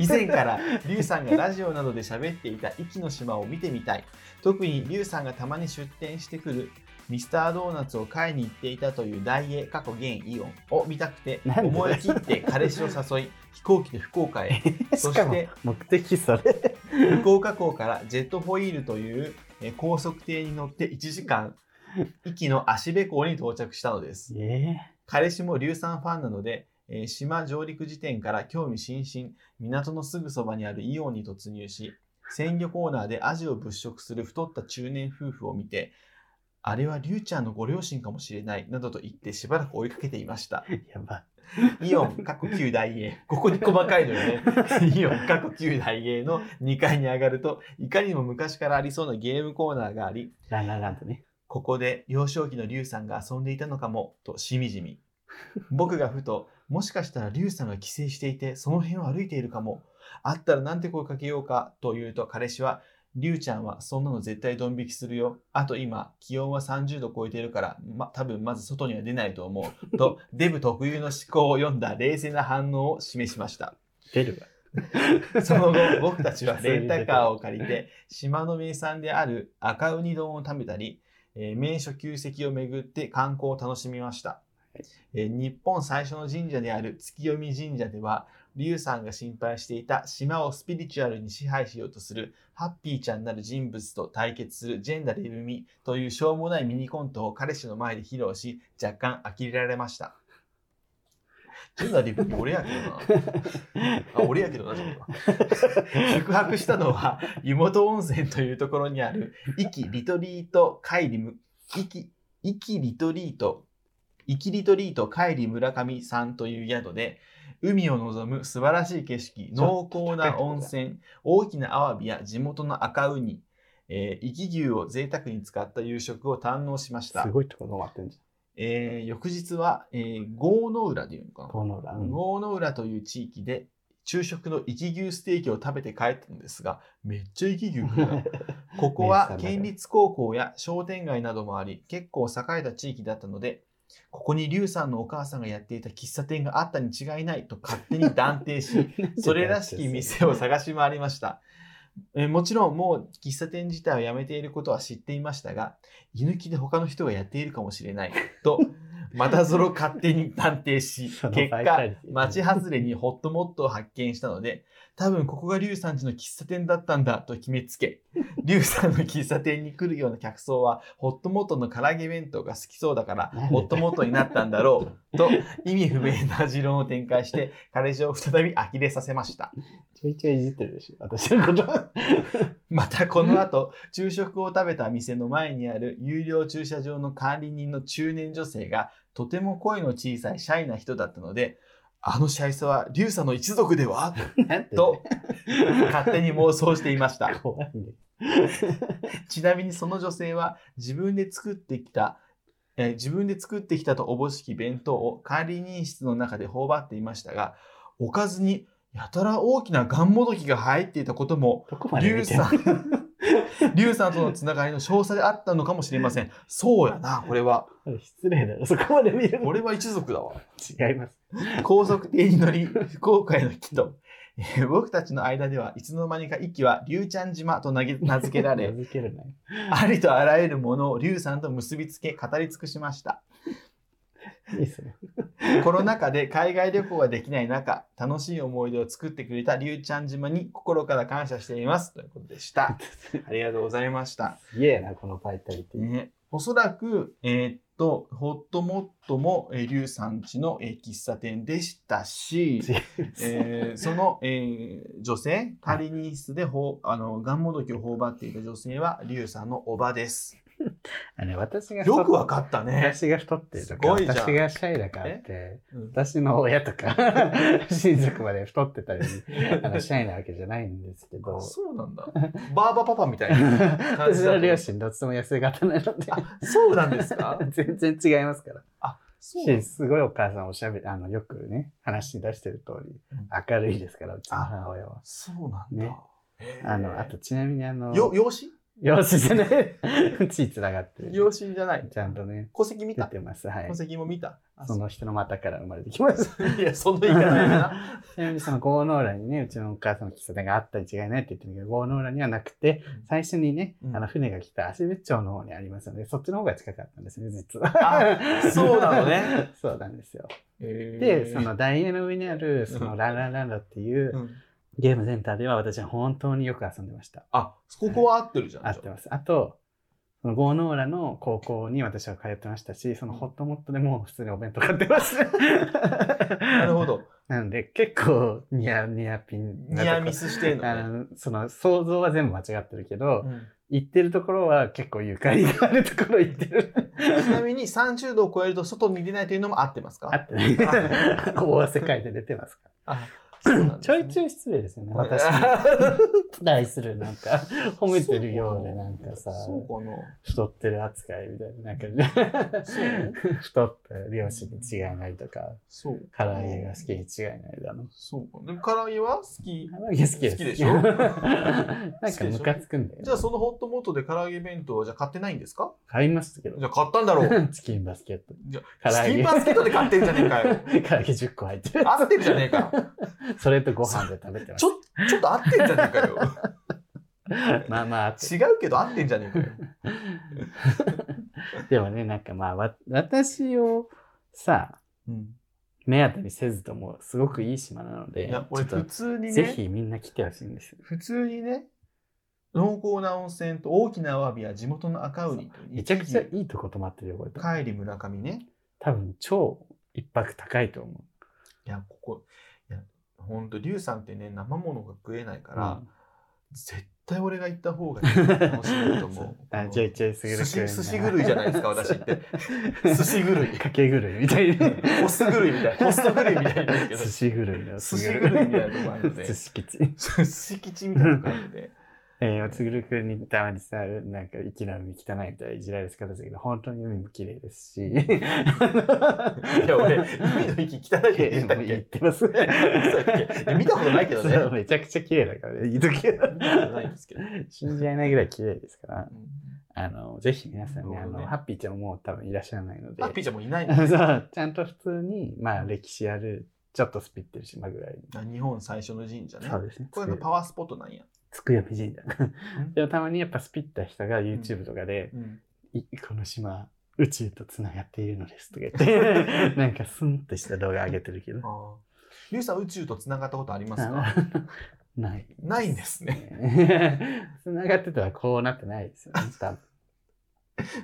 Speaker 2: 以前からリュウさんがラジオなどで喋っていた壱岐の島を見てみたい特にリュウさんがたまに出店してくるミスタードーナツを買いに行っていたという大英過去現イオンを見たくて
Speaker 1: なんで
Speaker 2: 思い切って彼氏を誘い飛行機で福岡へそ
Speaker 1: し
Speaker 2: して
Speaker 1: かも目的それ。
Speaker 2: [laughs] 福岡港からジェットホイールというえー高速艇に乗って1時間息の足部港に到着したのです
Speaker 1: え
Speaker 2: 彼氏も硫酸ファンなので、えー島上陸時点から興味津々港のすぐそばにあるイオンに突入し鮮魚コーナーでアジを物色する太った中年夫婦を見てあれはリュウちゃんのご両親かもしれないなどと言ってしばらく追いかけていました
Speaker 1: えやば。
Speaker 2: [laughs] イオン過去9大英。ここに細かいのよね。 [laughs] イオン過去9大英の2階に上がると、いかにも昔からありそうなゲームコーナーがあり、
Speaker 1: ランランランとね。
Speaker 2: ここで幼少期のリュウさんが遊んでいたのかも、としみじみ。僕がふと、もしかしたらリュウさんが帰省していて、その辺を歩いているかも。あったらなんて声かけようか、と言うと彼氏は、リュウちゃんはそんなの絶対ドン引きするよ。あと今、気温は30度超えているから、ま、多分まず外には出ないと思う。と、デブ特有の思考を読んだ冷静な反応を示しました。
Speaker 1: 出る
Speaker 2: [laughs]
Speaker 1: わ。
Speaker 2: その後、僕たちはレンタカーを借りて、 [laughs] 島の名産である赤ウニ丼を食べたり、えー名所旧跡を巡って観光を楽しみました。えー日本最初の神社である月読神社では、リュウさんが心配していた島をスピリチュアルに支配しようとするハッピーちゃんなる人物と対決するジェンダレブミというしょうもないミニコントを彼氏の前で披露し、若干呆れられました。 [laughs] ジェンダレブミ俺やけどな。あ、俺やけどな、ちょっと。宿泊したのは湯本温泉というところにある壱岐リトリート帰りむ壱岐壱岐リトリート壱岐リトリート帰り村上さんという宿で海を望む素晴らしい景色濃厚な温泉大きなアワビや地元の赤ウニえー壱岐、牛を贅沢に使った夕食を堪能しました
Speaker 1: す、ごいところ回ってんじ
Speaker 2: えー翌日は、えー、郷の浦でいうのか
Speaker 1: ゃん。
Speaker 2: な
Speaker 1: この裏。うん
Speaker 2: 郷の浦という地域で昼食の壱岐牛ステーキを食べて帰ったのですがめっちゃ壱岐牛食
Speaker 1: [laughs]
Speaker 2: うなここは県立高校や商店街などもあり結構栄えた地域だったのでここに劉さんのお母さんがやっていた喫茶店があったに違いないと勝手に断定
Speaker 1: [laughs]
Speaker 2: し [laughs] それらしき店を探し回りました。えーもちろんもう喫茶店自体をやめていることは知っていましたが、居抜きで他の人がやっているかもしれないと、
Speaker 1: [laughs]
Speaker 2: またぞろ勝手に断定し、
Speaker 1: その
Speaker 2: 結
Speaker 1: バイ
Speaker 2: 果
Speaker 1: タリテ、ィ
Speaker 2: 町外れにホットモットを発見したので、多分ここがリュウさんちの喫茶店だったんだと決めつ
Speaker 1: [laughs]
Speaker 2: け、リュウさんの喫茶店に来るような客層は、ホットモットの唐揚げ弁当が好きそうだから、
Speaker 1: なんで
Speaker 2: ホットモットになったんだろうと、意味不明な持論を展開して、彼女を再び呆れさせました。
Speaker 1: ちょいちょいいじってるでしょ。私のこと。
Speaker 2: またこの後、昼食を食べた店の前にある有料駐車場の管理人の中年女性が、とても声の小さいシャイな人だったので、あのシャイさはリュウさんの一族では
Speaker 1: なんて
Speaker 2: と、 [laughs] 勝手に妄想していました。
Speaker 1: 怖いね。
Speaker 2: ちなみにその女性は自分で作ってきた、えー自分で作ってきたとおぼしき弁当を管理人室の中で頬張っていましたが、おかずにやたら大きなガンモドキが入っていたことも、
Speaker 1: どこまで
Speaker 2: リュウ
Speaker 1: 見て
Speaker 2: さん、
Speaker 1: [laughs]
Speaker 2: リュウさんとのつながりの詳細であったのかもしれません。そうやな、これは。
Speaker 1: んの失礼だろ。そこまで見るの
Speaker 2: 俺は一族だわ。
Speaker 1: 違います。
Speaker 2: 高速艇に乗り、福岡への帰途。えー僕たちの間では、いつの間にか息は、リュウちゃん島となげ名付けられ、
Speaker 1: 名付けるなよ。
Speaker 2: ありとあらゆるものをリュウさんと結びつけ語り尽くしました。
Speaker 1: いいっすね。
Speaker 2: コロナ禍で海外旅行ができない中、楽しい思い出を作ってくれたりゅうちゃん島に心から感謝しています。ということでした。ありがとうございました。
Speaker 1: すげえな、このバイタリティ。
Speaker 2: ね、おそらく、えーっと、ホットモットも、えー、リュウさんちの、えー喫茶店でしたし、えーその、えー女性、仮に室でほうあの、ガンモドキを頬張っていた女性は、リュウさんのおばです。
Speaker 1: あれ、私が
Speaker 2: よくわかったね。
Speaker 1: 私が太ってると
Speaker 2: す
Speaker 1: か、
Speaker 2: ごいじゃん
Speaker 1: 私がシャイだからって、
Speaker 2: うん
Speaker 1: 私の親とか、 [laughs] 親族まで太ってたり、あのシャイなわけじゃないんですけど
Speaker 2: あ、そうなんだ。 [laughs] バーバパパみ [laughs] たいな。感
Speaker 1: 私
Speaker 2: じだと
Speaker 1: の両親どっちも痩せ型なので、
Speaker 2: [laughs] あ、そうなんですか
Speaker 1: 全然違いますから。
Speaker 2: あ、そうなん
Speaker 1: し
Speaker 2: です
Speaker 1: すごいお母さんおしゃべり、あの、よくね、話に出してる通り
Speaker 2: うん、
Speaker 1: 明るいですから、うちの母親は。
Speaker 2: そうなんだ。
Speaker 1: ね
Speaker 2: へー
Speaker 1: あの、あと、ちなみにあの、
Speaker 2: よ、養子
Speaker 1: 養子じゃない。血つながってる。
Speaker 2: 養子じゃない。
Speaker 1: ちゃんとね、
Speaker 2: 戸籍見
Speaker 1: 出
Speaker 2: た
Speaker 1: てます。はい
Speaker 2: 戸。籍も見た。あ
Speaker 1: その人の股から生まれてきま
Speaker 2: [laughs]
Speaker 1: した。
Speaker 2: いや、そんな言い方ない [laughs] な。
Speaker 1: ちなみにその豪農欄にね、うちのお母さんの喫茶店があったに違いないって言ってるけど、豪農欄にはなくて、最初にね、
Speaker 2: うん
Speaker 1: あの船が来た芦別町の方にありますので、そっちの方が近かったんですね、実
Speaker 2: あ
Speaker 1: は。
Speaker 2: そうなのね。
Speaker 1: [laughs] そうなんですよ。
Speaker 2: で
Speaker 1: で、そ、の台絵の上にある、そのランランランラっていう
Speaker 2: う
Speaker 1: うんゲームセンターでは私は本当によく遊んでました。
Speaker 2: あ、ここは合ってるじゃん。
Speaker 1: 合ってます。あと、そのゴーノーラの高校に私は通ってましたし、そのホットモットでもう普通にお弁当買ってます。
Speaker 2: [laughs] な
Speaker 1: な
Speaker 2: るほど。
Speaker 1: なんで結構ニヤニヤピンな
Speaker 2: ニ
Speaker 1: とこ
Speaker 2: アミスしてんの
Speaker 1: あ
Speaker 2: ね。
Speaker 1: のその想像は全部間違ってるけど、
Speaker 2: うん
Speaker 1: 行ってるところは結構ゆかりがあるところ行って
Speaker 2: [laughs]
Speaker 1: る。
Speaker 2: ちなみに30度を超えると外に出ないというのも合ってます
Speaker 1: あ
Speaker 2: か
Speaker 1: ってない。大世界で出てますか
Speaker 2: あ、そうなん
Speaker 1: ら。ちょいち
Speaker 2: ょい
Speaker 1: ょい失礼ですよね。私
Speaker 2: [laughs]
Speaker 1: に対するなんか褒めてるようでなんかさ。
Speaker 2: そうかな。
Speaker 1: 太ってる扱いみたいな、なんか、
Speaker 2: そう
Speaker 1: 太った両親に違いないとか、
Speaker 2: そう。
Speaker 1: 唐揚げが好きに違いないだの。
Speaker 2: そうか。でも、唐揚げは好き。
Speaker 1: 唐揚げ好きです。
Speaker 2: 好きでしょ
Speaker 1: なん
Speaker 2: [laughs]
Speaker 1: かムカつくんだよ。
Speaker 2: じゃあ、そのホットモットで唐揚げ弁当はじゃあ買ってないんですか
Speaker 1: 買いましたけ
Speaker 2: じゃ
Speaker 1: ど。
Speaker 2: あ、買ったんだろう。
Speaker 1: チキンバスケット。
Speaker 2: じゃ
Speaker 1: 唐揚
Speaker 2: あ、チキ
Speaker 1: げ
Speaker 2: ンバスケットで買ってんじゃねえかよ。
Speaker 1: [laughs] 唐揚げ10個入ってる。
Speaker 2: [laughs] 合ってるじゃねえ [laughs] か。
Speaker 1: それとご飯で食べてま
Speaker 2: ちょちょっと合ってんじゃねえかよ。
Speaker 1: す。まあまああって、
Speaker 2: 違うけど合ってんじゃねえかよ。
Speaker 1: でもね、なんかまあ、わ私をさ、目当てにせずとも、すごくいい島なので、
Speaker 2: いや俺
Speaker 1: ちょっ
Speaker 2: 普
Speaker 1: と
Speaker 2: 通に
Speaker 1: ぜ
Speaker 2: ね
Speaker 1: ひみんな来てほしいんですよ。
Speaker 2: 普通にね濃厚な温泉と大きなアワビや地元の赤ウニと
Speaker 1: めちゃくちゃいいとこ泊まってるよ、これ。
Speaker 2: 帰り村上ね
Speaker 1: 多分超一泊高いと思う。
Speaker 2: いやここいやほんと龍さんってね生ものが食えないから、
Speaker 1: うん
Speaker 2: 絶対俺が行った方が楽しめると思 [laughs] う
Speaker 1: [laughs] あ、じゃあ一応すぐ
Speaker 2: 寿司寿司狂いじゃないですか私って
Speaker 1: [laughs]
Speaker 2: 寿司狂い
Speaker 1: かけ狂いみたいな。
Speaker 2: ホスト狂いみ
Speaker 1: [laughs]
Speaker 2: たいなホスト狂いみたいになるけど
Speaker 1: 寿司狂いの。
Speaker 2: 寿司狂いみたいなとこあるんで
Speaker 1: [laughs] 寿司吉。
Speaker 2: 寿司吉みたいな感じで
Speaker 1: えー、つぐるくんにたまにさ、なんか、生きな海汚いみたいないじられる方だけど、本当に海も綺麗です
Speaker 2: [laughs]
Speaker 1: し。い
Speaker 2: いや俺海の息汚いって言
Speaker 1: [laughs]
Speaker 2: ったっ
Speaker 1: 言っ
Speaker 2: け
Speaker 1: てますね
Speaker 2: [laughs] そうだっけいや見たことないけどね
Speaker 1: そうめちゃくちゃ綺麗だからね。いい時は
Speaker 2: 見たことないんですけど、うん
Speaker 1: 信じられないぐらい綺麗ですから。あの、ぜひ皆さんね、
Speaker 2: な
Speaker 1: あ
Speaker 2: るほどね
Speaker 1: の、ハッピーちゃんももう多分いらっしゃらないので、
Speaker 2: ハッピーちゃんもいないの
Speaker 1: [laughs] そう、ちゃんと普通に、まあ、歴史ある、ちょっとスピってる島ぐらいに。
Speaker 2: 日本最初の神社ね
Speaker 1: そうですね。
Speaker 2: これがパワースポットなんや、
Speaker 1: つくよみ神社。 [laughs] でもたまにやっぱスピった人が YouTube とかで、
Speaker 2: うん
Speaker 1: いこの島、宇宙とつながっているのですとか言
Speaker 2: [laughs]
Speaker 1: って、なんかスンとした動画上げてるけど。
Speaker 2: あーゆうさん宇宙とつながったことあります
Speaker 1: あ
Speaker 2: か
Speaker 1: の [laughs] ない。
Speaker 2: [laughs] ないんですね
Speaker 1: つながってたらこうなってないですよね。多分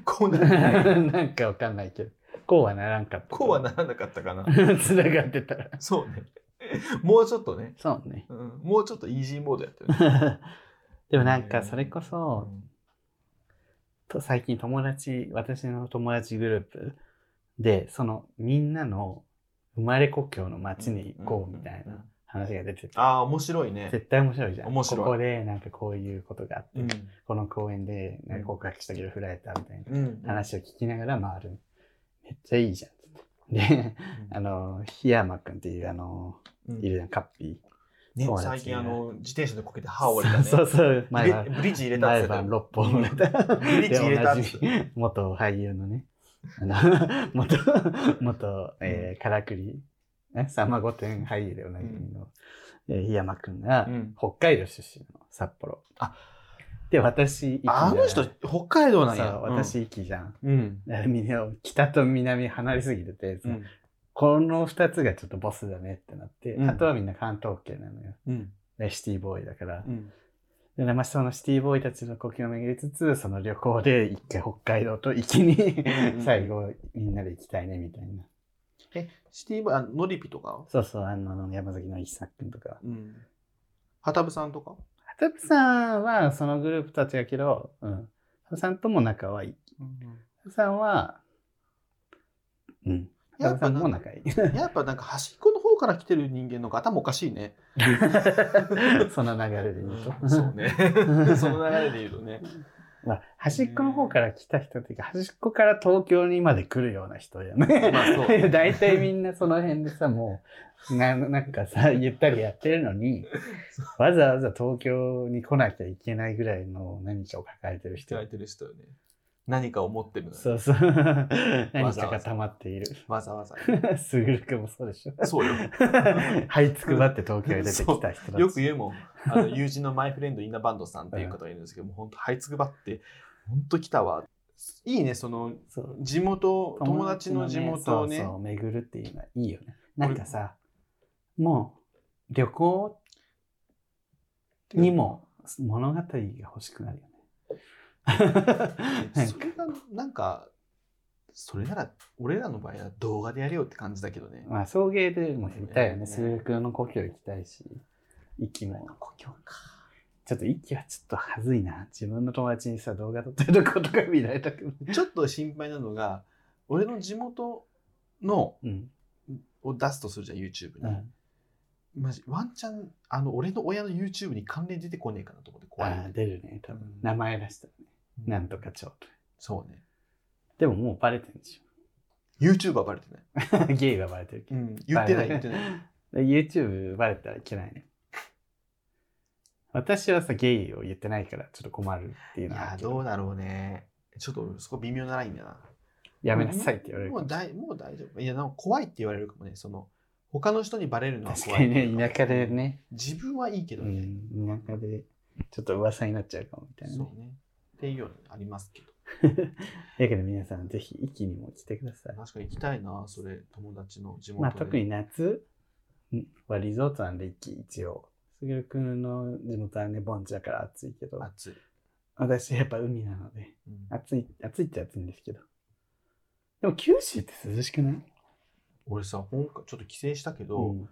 Speaker 2: こうならな
Speaker 1: [laughs]
Speaker 2: い
Speaker 1: なんかわかんないけど。こうはならんかった。
Speaker 2: こうはならなかったかな
Speaker 1: [laughs] つながってたら。
Speaker 2: そうねもうちょっとね、
Speaker 1: そう [laughs] ね。
Speaker 2: うん、もうちょっとイージーモードやってる、ね、
Speaker 1: でもなんかそれこ
Speaker 2: う
Speaker 1: そ、
Speaker 2: ん
Speaker 1: と最近友達、私の友達グループで、そのみんなの生まれ故郷の町に行こうみたいな話が出てて、
Speaker 2: ああ面白いね
Speaker 1: 絶対面白いじゃん。
Speaker 2: 面白い
Speaker 1: ここでなんかこういうことがあって、
Speaker 2: うん
Speaker 1: この公園でなんか告白したけど振られたみたいな
Speaker 2: うん
Speaker 1: 話を聞きながら回る。めっちゃいいじゃん。で、あの、檜山くんっていうあの、
Speaker 2: うん
Speaker 1: いるじゃん、カッピ
Speaker 2: ね
Speaker 1: 友、達
Speaker 2: 最近あの自転車でこけて
Speaker 1: ー。
Speaker 2: 歯折れたね
Speaker 1: そうそうそう、
Speaker 2: ブ
Speaker 1: 前
Speaker 2: リ
Speaker 1: は
Speaker 2: ブリッジ入れたっ
Speaker 1: 毎
Speaker 2: て言
Speaker 1: 晩
Speaker 2: って
Speaker 1: 6本 [laughs] 売れた。
Speaker 2: ブリッジ入れたっつっ
Speaker 1: で
Speaker 2: て
Speaker 1: おなじみ元俳優のね、あの、 [laughs] 元、元、えー、からくり、ね、さんま御殿俳優でおなじみの、えー檜山くんが、
Speaker 2: うん
Speaker 1: 北海道出身の札幌。
Speaker 2: あ
Speaker 1: で、私、
Speaker 2: あの人、北海道
Speaker 1: そ
Speaker 2: なん
Speaker 1: う、
Speaker 2: や。
Speaker 1: 私、行きじゃん。
Speaker 2: うん。
Speaker 1: だからみんな北と南離れすぎてて、
Speaker 2: うん。
Speaker 1: この二つがちょっとボスだねってなって、
Speaker 2: うん
Speaker 1: あとはみんな関東圏なのよ。
Speaker 2: うん。
Speaker 1: でシティボーイだから
Speaker 2: う。ん。
Speaker 1: で、まあ、そのシティボーイたちの故郷を巡りつつ、その旅行で一回北海道と行きに
Speaker 2: うんう、
Speaker 1: [laughs]
Speaker 2: ん
Speaker 1: 最後みんなで行きたいねみたいな。
Speaker 2: え、シティボーイ、あノリピとか
Speaker 1: そうそう、あの、山崎の一作君とか。
Speaker 2: うん。はたぶさんとか
Speaker 1: はたぶさんはそのグループたちやけど、うん。はたぶさんとも仲はいい。はたぶさんは、うん。は
Speaker 2: や
Speaker 1: た
Speaker 2: っ
Speaker 1: ぶさ
Speaker 2: ぱ
Speaker 1: ん
Speaker 2: な
Speaker 1: も
Speaker 2: んか、
Speaker 1: 仲いい。
Speaker 2: やっぱなんか端っこの方から来てる人間の方もおかしいね。 [laughs]
Speaker 1: その流れで言うと。
Speaker 2: そ
Speaker 1: [laughs]
Speaker 2: うね。その流れで言うとね。
Speaker 1: まあ、端っこの方から来た人っていうか、端っこから東京にまで来るような人やね。
Speaker 2: まあそ
Speaker 1: [laughs]
Speaker 2: う
Speaker 1: 大体みんなその辺でさ、もう、ななんかさ、ゆったりやってるのに、わざわざ東京に来なきゃいけないぐらいの何かを抱えてる人
Speaker 2: 鍛。えてる人よね。何かを持ってるのよ
Speaker 1: そうそう。
Speaker 2: [laughs]
Speaker 1: 何
Speaker 2: わざ
Speaker 1: かが溜まっている。
Speaker 2: わざわざ。
Speaker 1: すぐるくんもそうでしょ。 [laughs]
Speaker 2: そうよ。
Speaker 1: はいつくばって東京へ出てきた人たち。
Speaker 2: よく言うもん。あの友人のマイフレンドインナバンドさんっていう方がいるんですけど、もう本当、はいつくばって、本当来たわ。いいね、その
Speaker 1: そう
Speaker 2: 地元、友達の地元をね。
Speaker 1: そうそう巡るっていうのはいいよねなんかさもう旅行にも物語が欲しくなるよねなん
Speaker 2: そ
Speaker 1: か
Speaker 2: れがなんか、それなら俺らの場合は動画でやれよって感じだけどね。
Speaker 1: まあ送迎でも行きたいよね
Speaker 2: ね
Speaker 1: すぐるくんの故郷行きたいし息も
Speaker 2: 故郷か。
Speaker 1: ちょっと息はちょっとはずいな自分の友達にさ動画撮ってるとことか見られたくない、
Speaker 2: ちょっと心配なのが、俺の地元の
Speaker 1: うん
Speaker 2: を出すとするじゃん、YouTube に。
Speaker 1: うん、
Speaker 2: マジ、ワンチャン、あの、俺の親の YouTube に関連出てこねえかなと思って怖い。
Speaker 1: ああ出るね多分、
Speaker 2: うん
Speaker 1: 名前出したらね
Speaker 2: うん
Speaker 1: なんとか町と
Speaker 2: そうね。
Speaker 1: でももうバレてるんでし
Speaker 2: YouTube はバレてない。 [laughs]
Speaker 1: ょゲイがバレてるけど
Speaker 2: 言ってな
Speaker 1: バ
Speaker 2: い、言
Speaker 1: レ
Speaker 2: ってて
Speaker 1: な
Speaker 2: ないい。
Speaker 1: で YouTube バレたらいけないね。私はさ、ゲイを言ってないからちょっと困るっていう
Speaker 2: [laughs] い
Speaker 1: のはあ
Speaker 2: や
Speaker 1: る、けど
Speaker 2: どうだろうね。ちょっとそこ微妙なラインだな。
Speaker 1: やめなさいって言われる
Speaker 2: も
Speaker 1: か
Speaker 2: う
Speaker 1: も。
Speaker 2: だいもう大丈夫。いや、なんか怖いって言われるかもね。その、他の人にバレるのは
Speaker 1: 確
Speaker 2: 怖
Speaker 1: か
Speaker 2: い
Speaker 1: にね、田舎で。ね、
Speaker 2: 自分はいいけど
Speaker 1: う
Speaker 2: ね。
Speaker 1: ん、田舎でちょっと噂になっちゃうかもみたいな、ね
Speaker 2: そ。うね。っていうようにありますけど。
Speaker 1: [laughs] だけど皆さん、ぜひ一気にも来てください。
Speaker 2: 確かに行きたいな、それ、友達の地元で。
Speaker 1: まあ、特に夏はリゾートなんで一気一応。すぐるくんの地元はね、盆地だから暑いけど、
Speaker 2: 暑い。
Speaker 1: 私やっぱ海なので、
Speaker 2: うん
Speaker 1: 暑い、暑いっちゃ暑いんですけど。でも九州って涼しくない
Speaker 2: 俺さ、今回ちょっと帰省したけ
Speaker 1: う
Speaker 2: ど、
Speaker 1: ん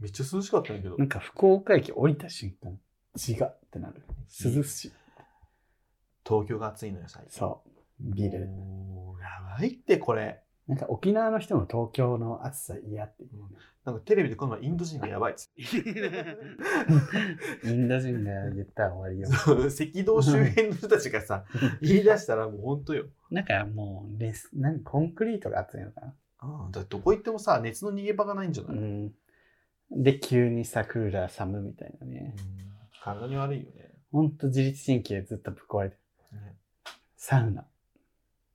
Speaker 2: めっちゃ涼しかったんだけど
Speaker 1: な、んか福岡駅降りた瞬間、違うってなる。涼しい。
Speaker 2: 東京が暑いのよ、最近。
Speaker 1: そう。ビル。
Speaker 2: もうやばいって、これ。
Speaker 1: なんか沖縄の人も東京の暑さ嫌って言うね。
Speaker 2: なんかテレビで今度はインド人がやばいっつ
Speaker 1: [laughs]
Speaker 2: って
Speaker 1: インド人が言ったら終わりよ。
Speaker 2: そう赤道周辺の人たちがさ、言い出したらもう本当よ。
Speaker 1: なんかもうレス、なんかコンクリートが熱いのかな。
Speaker 2: ああだってどこ行ってもさ、熱の逃げ場がないんじゃな
Speaker 1: う
Speaker 2: い、うん
Speaker 1: ん。で、急にさ、クーラー寒みたいなね。
Speaker 2: 体に悪いよね。
Speaker 1: ほんと自律神経ずっとぶっ壊れてる。
Speaker 2: ね
Speaker 1: サウナ。 [laughs]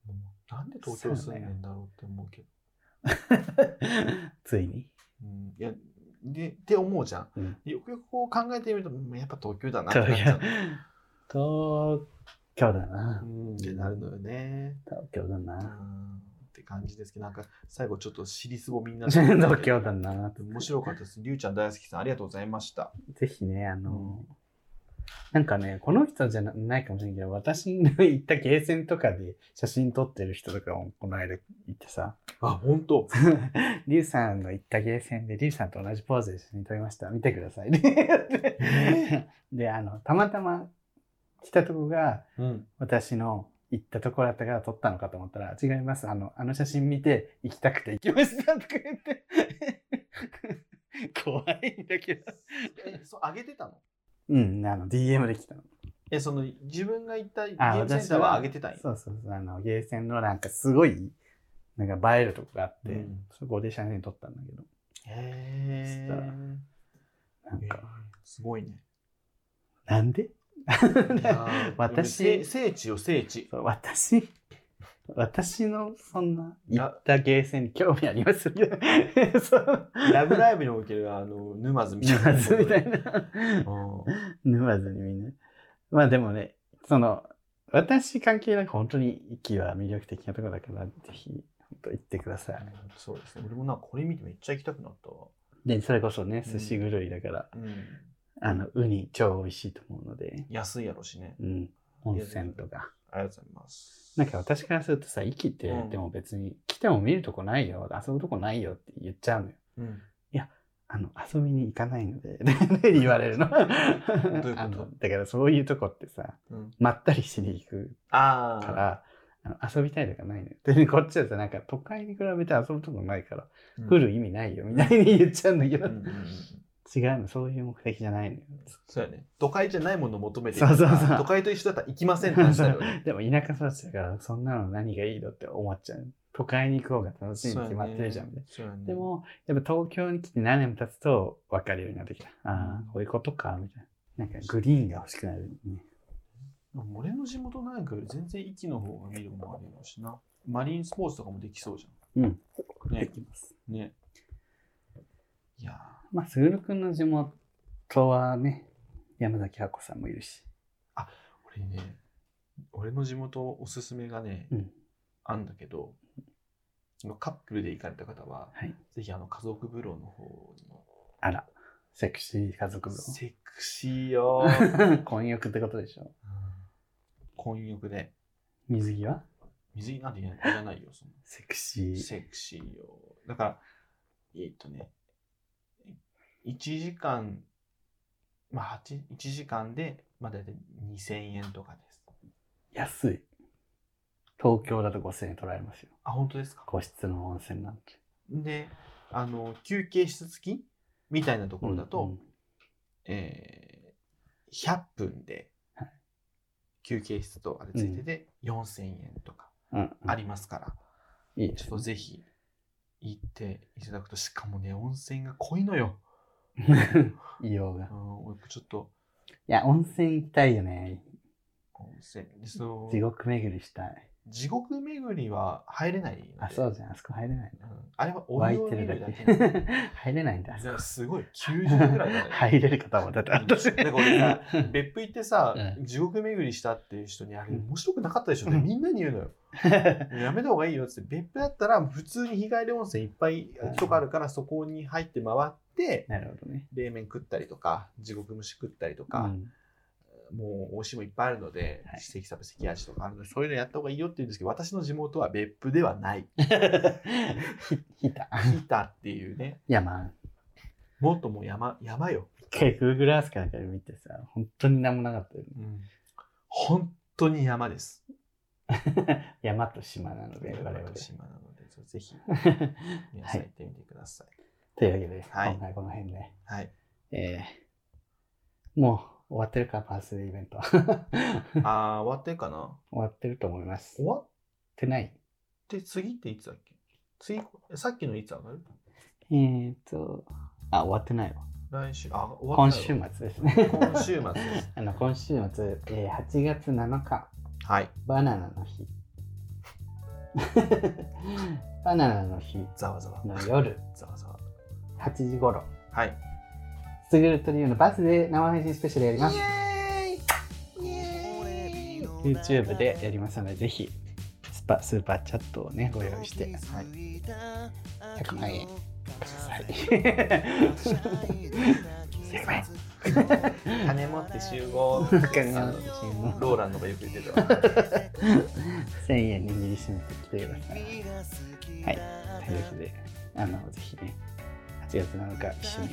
Speaker 2: もうなんで東京住んでんだろうって思うけど。
Speaker 1: ついに。
Speaker 2: うん、いやでって思うじゃん。
Speaker 1: うん
Speaker 2: よくよくこう考えてみると、うんやっぱ東京だなってなっ
Speaker 1: 東
Speaker 2: ち
Speaker 1: 京
Speaker 2: ゃう。。
Speaker 1: 東京だな
Speaker 2: う。ん、ってなるのよね。
Speaker 1: 東京だ
Speaker 2: う
Speaker 1: [laughs] な。
Speaker 2: ん、って感じですけど、なんか最後ちょっと尻すぼみになっちゃっ
Speaker 1: [laughs]
Speaker 2: た
Speaker 1: 東京だな。
Speaker 2: 面白かったです。りゅうちゃん大好きさん、ありがとうございました。
Speaker 1: ぜひね、あの、なんかね、この人じゃなないかもしれないけど、私の行ったゲーセンとかで写真撮ってる人とかもこの間いてさ、
Speaker 2: あ、本当。
Speaker 1: リュウさんの行ったゲーセンでリュウさんと同じポーズで写真撮りました。見てくだ
Speaker 2: [laughs]
Speaker 1: さい [laughs] ね。で、あの、たまたま来たとこが
Speaker 2: うん。
Speaker 1: 私の行ったとこだったから撮ったのかと思ったら、違います。あの、あの写真見て行きたくて行きましたとか言
Speaker 2: [laughs]
Speaker 1: って。怖いんだけど。
Speaker 2: え、そう、あげてたの
Speaker 1: うん、あの、DM で来たの。
Speaker 2: え、その、自分が行ったゲ
Speaker 1: あ
Speaker 2: ームセンターはあげてたんや。
Speaker 1: そうそうそう、あの、ゲーセンのなんかすごい、なんか映えるとこがあって、
Speaker 2: うん
Speaker 1: そこで写真撮ったんだけど、
Speaker 2: へ
Speaker 1: そした
Speaker 2: ー
Speaker 1: なん
Speaker 2: えー
Speaker 1: か、
Speaker 2: すごいね。
Speaker 1: なんで私
Speaker 2: でもせ聖地よ、聖地。
Speaker 1: そう私、私のそんな、行
Speaker 2: ラ
Speaker 1: ったゲーセンに興味あります [laughs] けど、そう、
Speaker 2: ラブライブにおける、あの、沼津みたいな。
Speaker 1: 沼津みたいな。
Speaker 2: うん。
Speaker 1: 沼津にみんな。まあでもね、その、私関係なく本当に息は魅力的なところだから、ぜひ、本当行ってください。
Speaker 2: そうですね。俺もなんかこれ見てめっちゃ行きたくなったわ。
Speaker 1: で、それこそね、
Speaker 2: うん
Speaker 1: 寿司狂いだから、
Speaker 2: うん。
Speaker 1: あの、ウニ超美味しいと思うので、
Speaker 2: 安いやろしね。
Speaker 1: うん、温泉とか。
Speaker 2: ありがとうございます。
Speaker 1: なんか私からするとさ、息って、
Speaker 2: うん
Speaker 1: でも別に、来ても見るとこないよ、遊ぶとこないよって言っちゃうのよ。
Speaker 2: うん。
Speaker 1: あの、遊びに行かないので、 [laughs] って言われる
Speaker 2: [laughs]
Speaker 1: の。
Speaker 2: ういうこと
Speaker 1: あのだからそういうとこってさ、
Speaker 2: うん、
Speaker 1: まったりしに行く
Speaker 2: ああ。
Speaker 1: から、あの遊びたいとかないのよ。で、こっちはさ、なんか都会に比べて遊ぶとこないから、
Speaker 2: うん
Speaker 1: 来る意味ないよ、みたいに言っちゃうんだけ
Speaker 2: う
Speaker 1: ど、
Speaker 2: んうんうん。
Speaker 1: 違うの、そういう目的じゃないのよ。
Speaker 2: そうやね。都会じゃないものを求めてるから
Speaker 1: そうそうそう
Speaker 2: 都会と一緒だったら行きませんって話だよね。
Speaker 1: [laughs] でも田舎育ちだから、そんなの何がいいのって思っちゃう。都会に行こうが楽しいに決まってるじゃん、みたいな。
Speaker 2: そうやね。
Speaker 1: でも、やっぱ東京に来て何年も経つと分かるようになってきた。ああ、こういうことか、みたいな。なんかグリーンが欲しくなる、ね。
Speaker 2: 俺の地元なんかより全然息の方が見るもんあるやろしな。マリンスポーツとかもできそうじゃん。
Speaker 1: うん。
Speaker 2: ね
Speaker 1: できます。
Speaker 2: ね。いやー
Speaker 1: まあ、すぐるくんの地元はね、山崎亜子さんもいるし。
Speaker 2: 俺ね、俺の地元おすすめがね、
Speaker 1: うん
Speaker 2: あんだけど、カップルで行かれた方は、
Speaker 1: はい
Speaker 2: ぜひあの家族風呂の方に。
Speaker 1: あら、セクシー家族像。
Speaker 2: セクシーよ
Speaker 1: [laughs] 婚浴ってことでしょ。
Speaker 2: 婚浴で。
Speaker 1: 水着は
Speaker 2: 水着なんていらいらないよ、そんな。
Speaker 1: セクシー。
Speaker 2: セクシーよ。だから、えーっとね、1時間、まあ、8 1時間で、まあ、大体2000円とかです。
Speaker 1: 安い。東京だと5000円取られますよ。
Speaker 2: あ、本当ですか
Speaker 1: 個室の温泉なんて。
Speaker 2: で、あの、休憩室付きみたいなところだと、
Speaker 1: うんうん
Speaker 2: えー100分で
Speaker 1: はい
Speaker 2: 休憩室とあれついてて、4000円とか
Speaker 1: うんうん
Speaker 2: ありますから、
Speaker 1: いいで
Speaker 2: ちょっ
Speaker 1: す
Speaker 2: とぜひ行っていただくと、しかもね、温泉が濃いのよ。
Speaker 1: ね。 [laughs] 異様が
Speaker 2: う。ん、俺ちょっと
Speaker 1: いや、温泉行きたいよね。
Speaker 2: 温泉でそう
Speaker 1: 地獄巡りしたい。
Speaker 2: 地獄巡りは入れないので
Speaker 1: あ、そうじゃん。あそこ入れない
Speaker 2: うん
Speaker 1: だ。
Speaker 2: あれはお
Speaker 1: 湧
Speaker 2: 湯
Speaker 1: い
Speaker 2: を
Speaker 1: て
Speaker 2: 見
Speaker 1: るだ
Speaker 2: る
Speaker 1: け
Speaker 2: だけなの。だ。
Speaker 1: [laughs] 入れないんだ。あそこ
Speaker 2: からすごい、90度ぐらいだ
Speaker 1: [laughs]
Speaker 2: ね。
Speaker 1: 入れる方もだって私。
Speaker 2: なんか俺さ別府行ってさ、
Speaker 1: う
Speaker 2: 地獄巡りしたっていう人にあれ
Speaker 1: うん
Speaker 2: 面白くなかったでしょってみんなに言うのよ。やめた方がいいよっつって別府だったら普通に日帰り温泉いっぱいとかあるからそこに入って回っ
Speaker 1: [laughs]
Speaker 2: て
Speaker 1: なるほどね。
Speaker 2: 冷麺食ったりとか地獄蒸し食ったりとか、
Speaker 1: うん [laughs]
Speaker 2: もう美味しいもんいっぱいあるので、
Speaker 1: はい
Speaker 2: 関サブ関味とかあるので、そういうのやった方がいいよって言うんですけど、私の地元は別府ではない。
Speaker 1: ひ、ひた。
Speaker 2: ヒタっていうね、
Speaker 1: いや、まあ、
Speaker 2: もっともう山、山よ。
Speaker 1: 一回 Google Earth かなんかで見てさ、本当になんもなかったよ
Speaker 2: 本当に山です。 [laughs]
Speaker 1: ね。山と島なので、我々。
Speaker 2: 島なので、ぜひ
Speaker 1: [laughs]
Speaker 2: 皆
Speaker 1: は
Speaker 2: さん行
Speaker 1: い。
Speaker 2: ってみてください。
Speaker 1: [laughs] というわけで、
Speaker 2: はい
Speaker 1: 今回この辺で。 [laughs]
Speaker 2: はい。
Speaker 1: えー、もう終わってるか、パースデーイベント。 [laughs]
Speaker 2: ああー、終わってるかな
Speaker 1: 終わってると思います。終
Speaker 2: 終
Speaker 1: わっ
Speaker 2: わって
Speaker 1: ない
Speaker 2: て次っていつだっけ次、さっきのいつ上がる
Speaker 1: えーと、あ、終わってないわ。
Speaker 2: 来週、あ、終わ
Speaker 1: 今
Speaker 2: った
Speaker 1: 週末
Speaker 2: よ
Speaker 1: ですね。 [laughs]
Speaker 2: 今週末です。
Speaker 1: あの今週末、えー8月7日、
Speaker 2: はい。
Speaker 1: バナナの日。 [laughs] バナナの日
Speaker 2: ざわざわ。
Speaker 1: の夜
Speaker 2: ざわざわ。
Speaker 1: 8時頃、
Speaker 2: はい。
Speaker 1: スグルトリオのバスで生配信スペシャルやります。
Speaker 2: イエーイイエーイ
Speaker 1: YouTube でやりますので、ぜひスパスーパーチャットをね、ご用意して、
Speaker 2: はい
Speaker 1: 100万円ください。100万円。
Speaker 2: 金持って集合。
Speaker 1: わかります
Speaker 2: ローランドがよく言ってたわ。
Speaker 1: [laughs] 1000円握りしめてきてください。はい。というわけで、あの、ぜひね、8月7日、一緒に、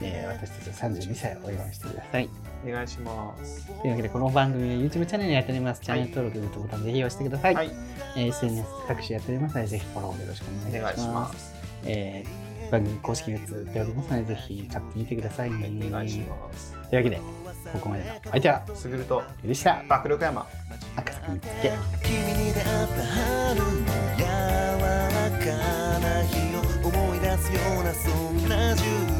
Speaker 1: えー私たちは32歳をお祝いしてください。
Speaker 2: お願いします。
Speaker 1: というわけで、この番組は YouTube チャンネルやっております。チャンネル登録、グッドボタン、ぜひ押してください。
Speaker 2: はい
Speaker 1: えー SNS 各種やっておりますので、ぜひフォローよろしくお
Speaker 2: お
Speaker 1: 願
Speaker 2: 願
Speaker 1: い
Speaker 2: い
Speaker 1: し
Speaker 2: し
Speaker 1: ま。
Speaker 2: ますす。
Speaker 1: えー番組公式グッズ売っておりますので、ぜひ買ってみてくださいね。
Speaker 2: お願いし
Speaker 1: というわ
Speaker 2: ます。
Speaker 1: けで、ここまでのお相手は、
Speaker 2: すぐると、
Speaker 1: ゆでした。
Speaker 2: 爆力山。
Speaker 1: 赤坂見つけ。
Speaker 3: 君に出会った春の柔らかな日を思い出すようなそんな10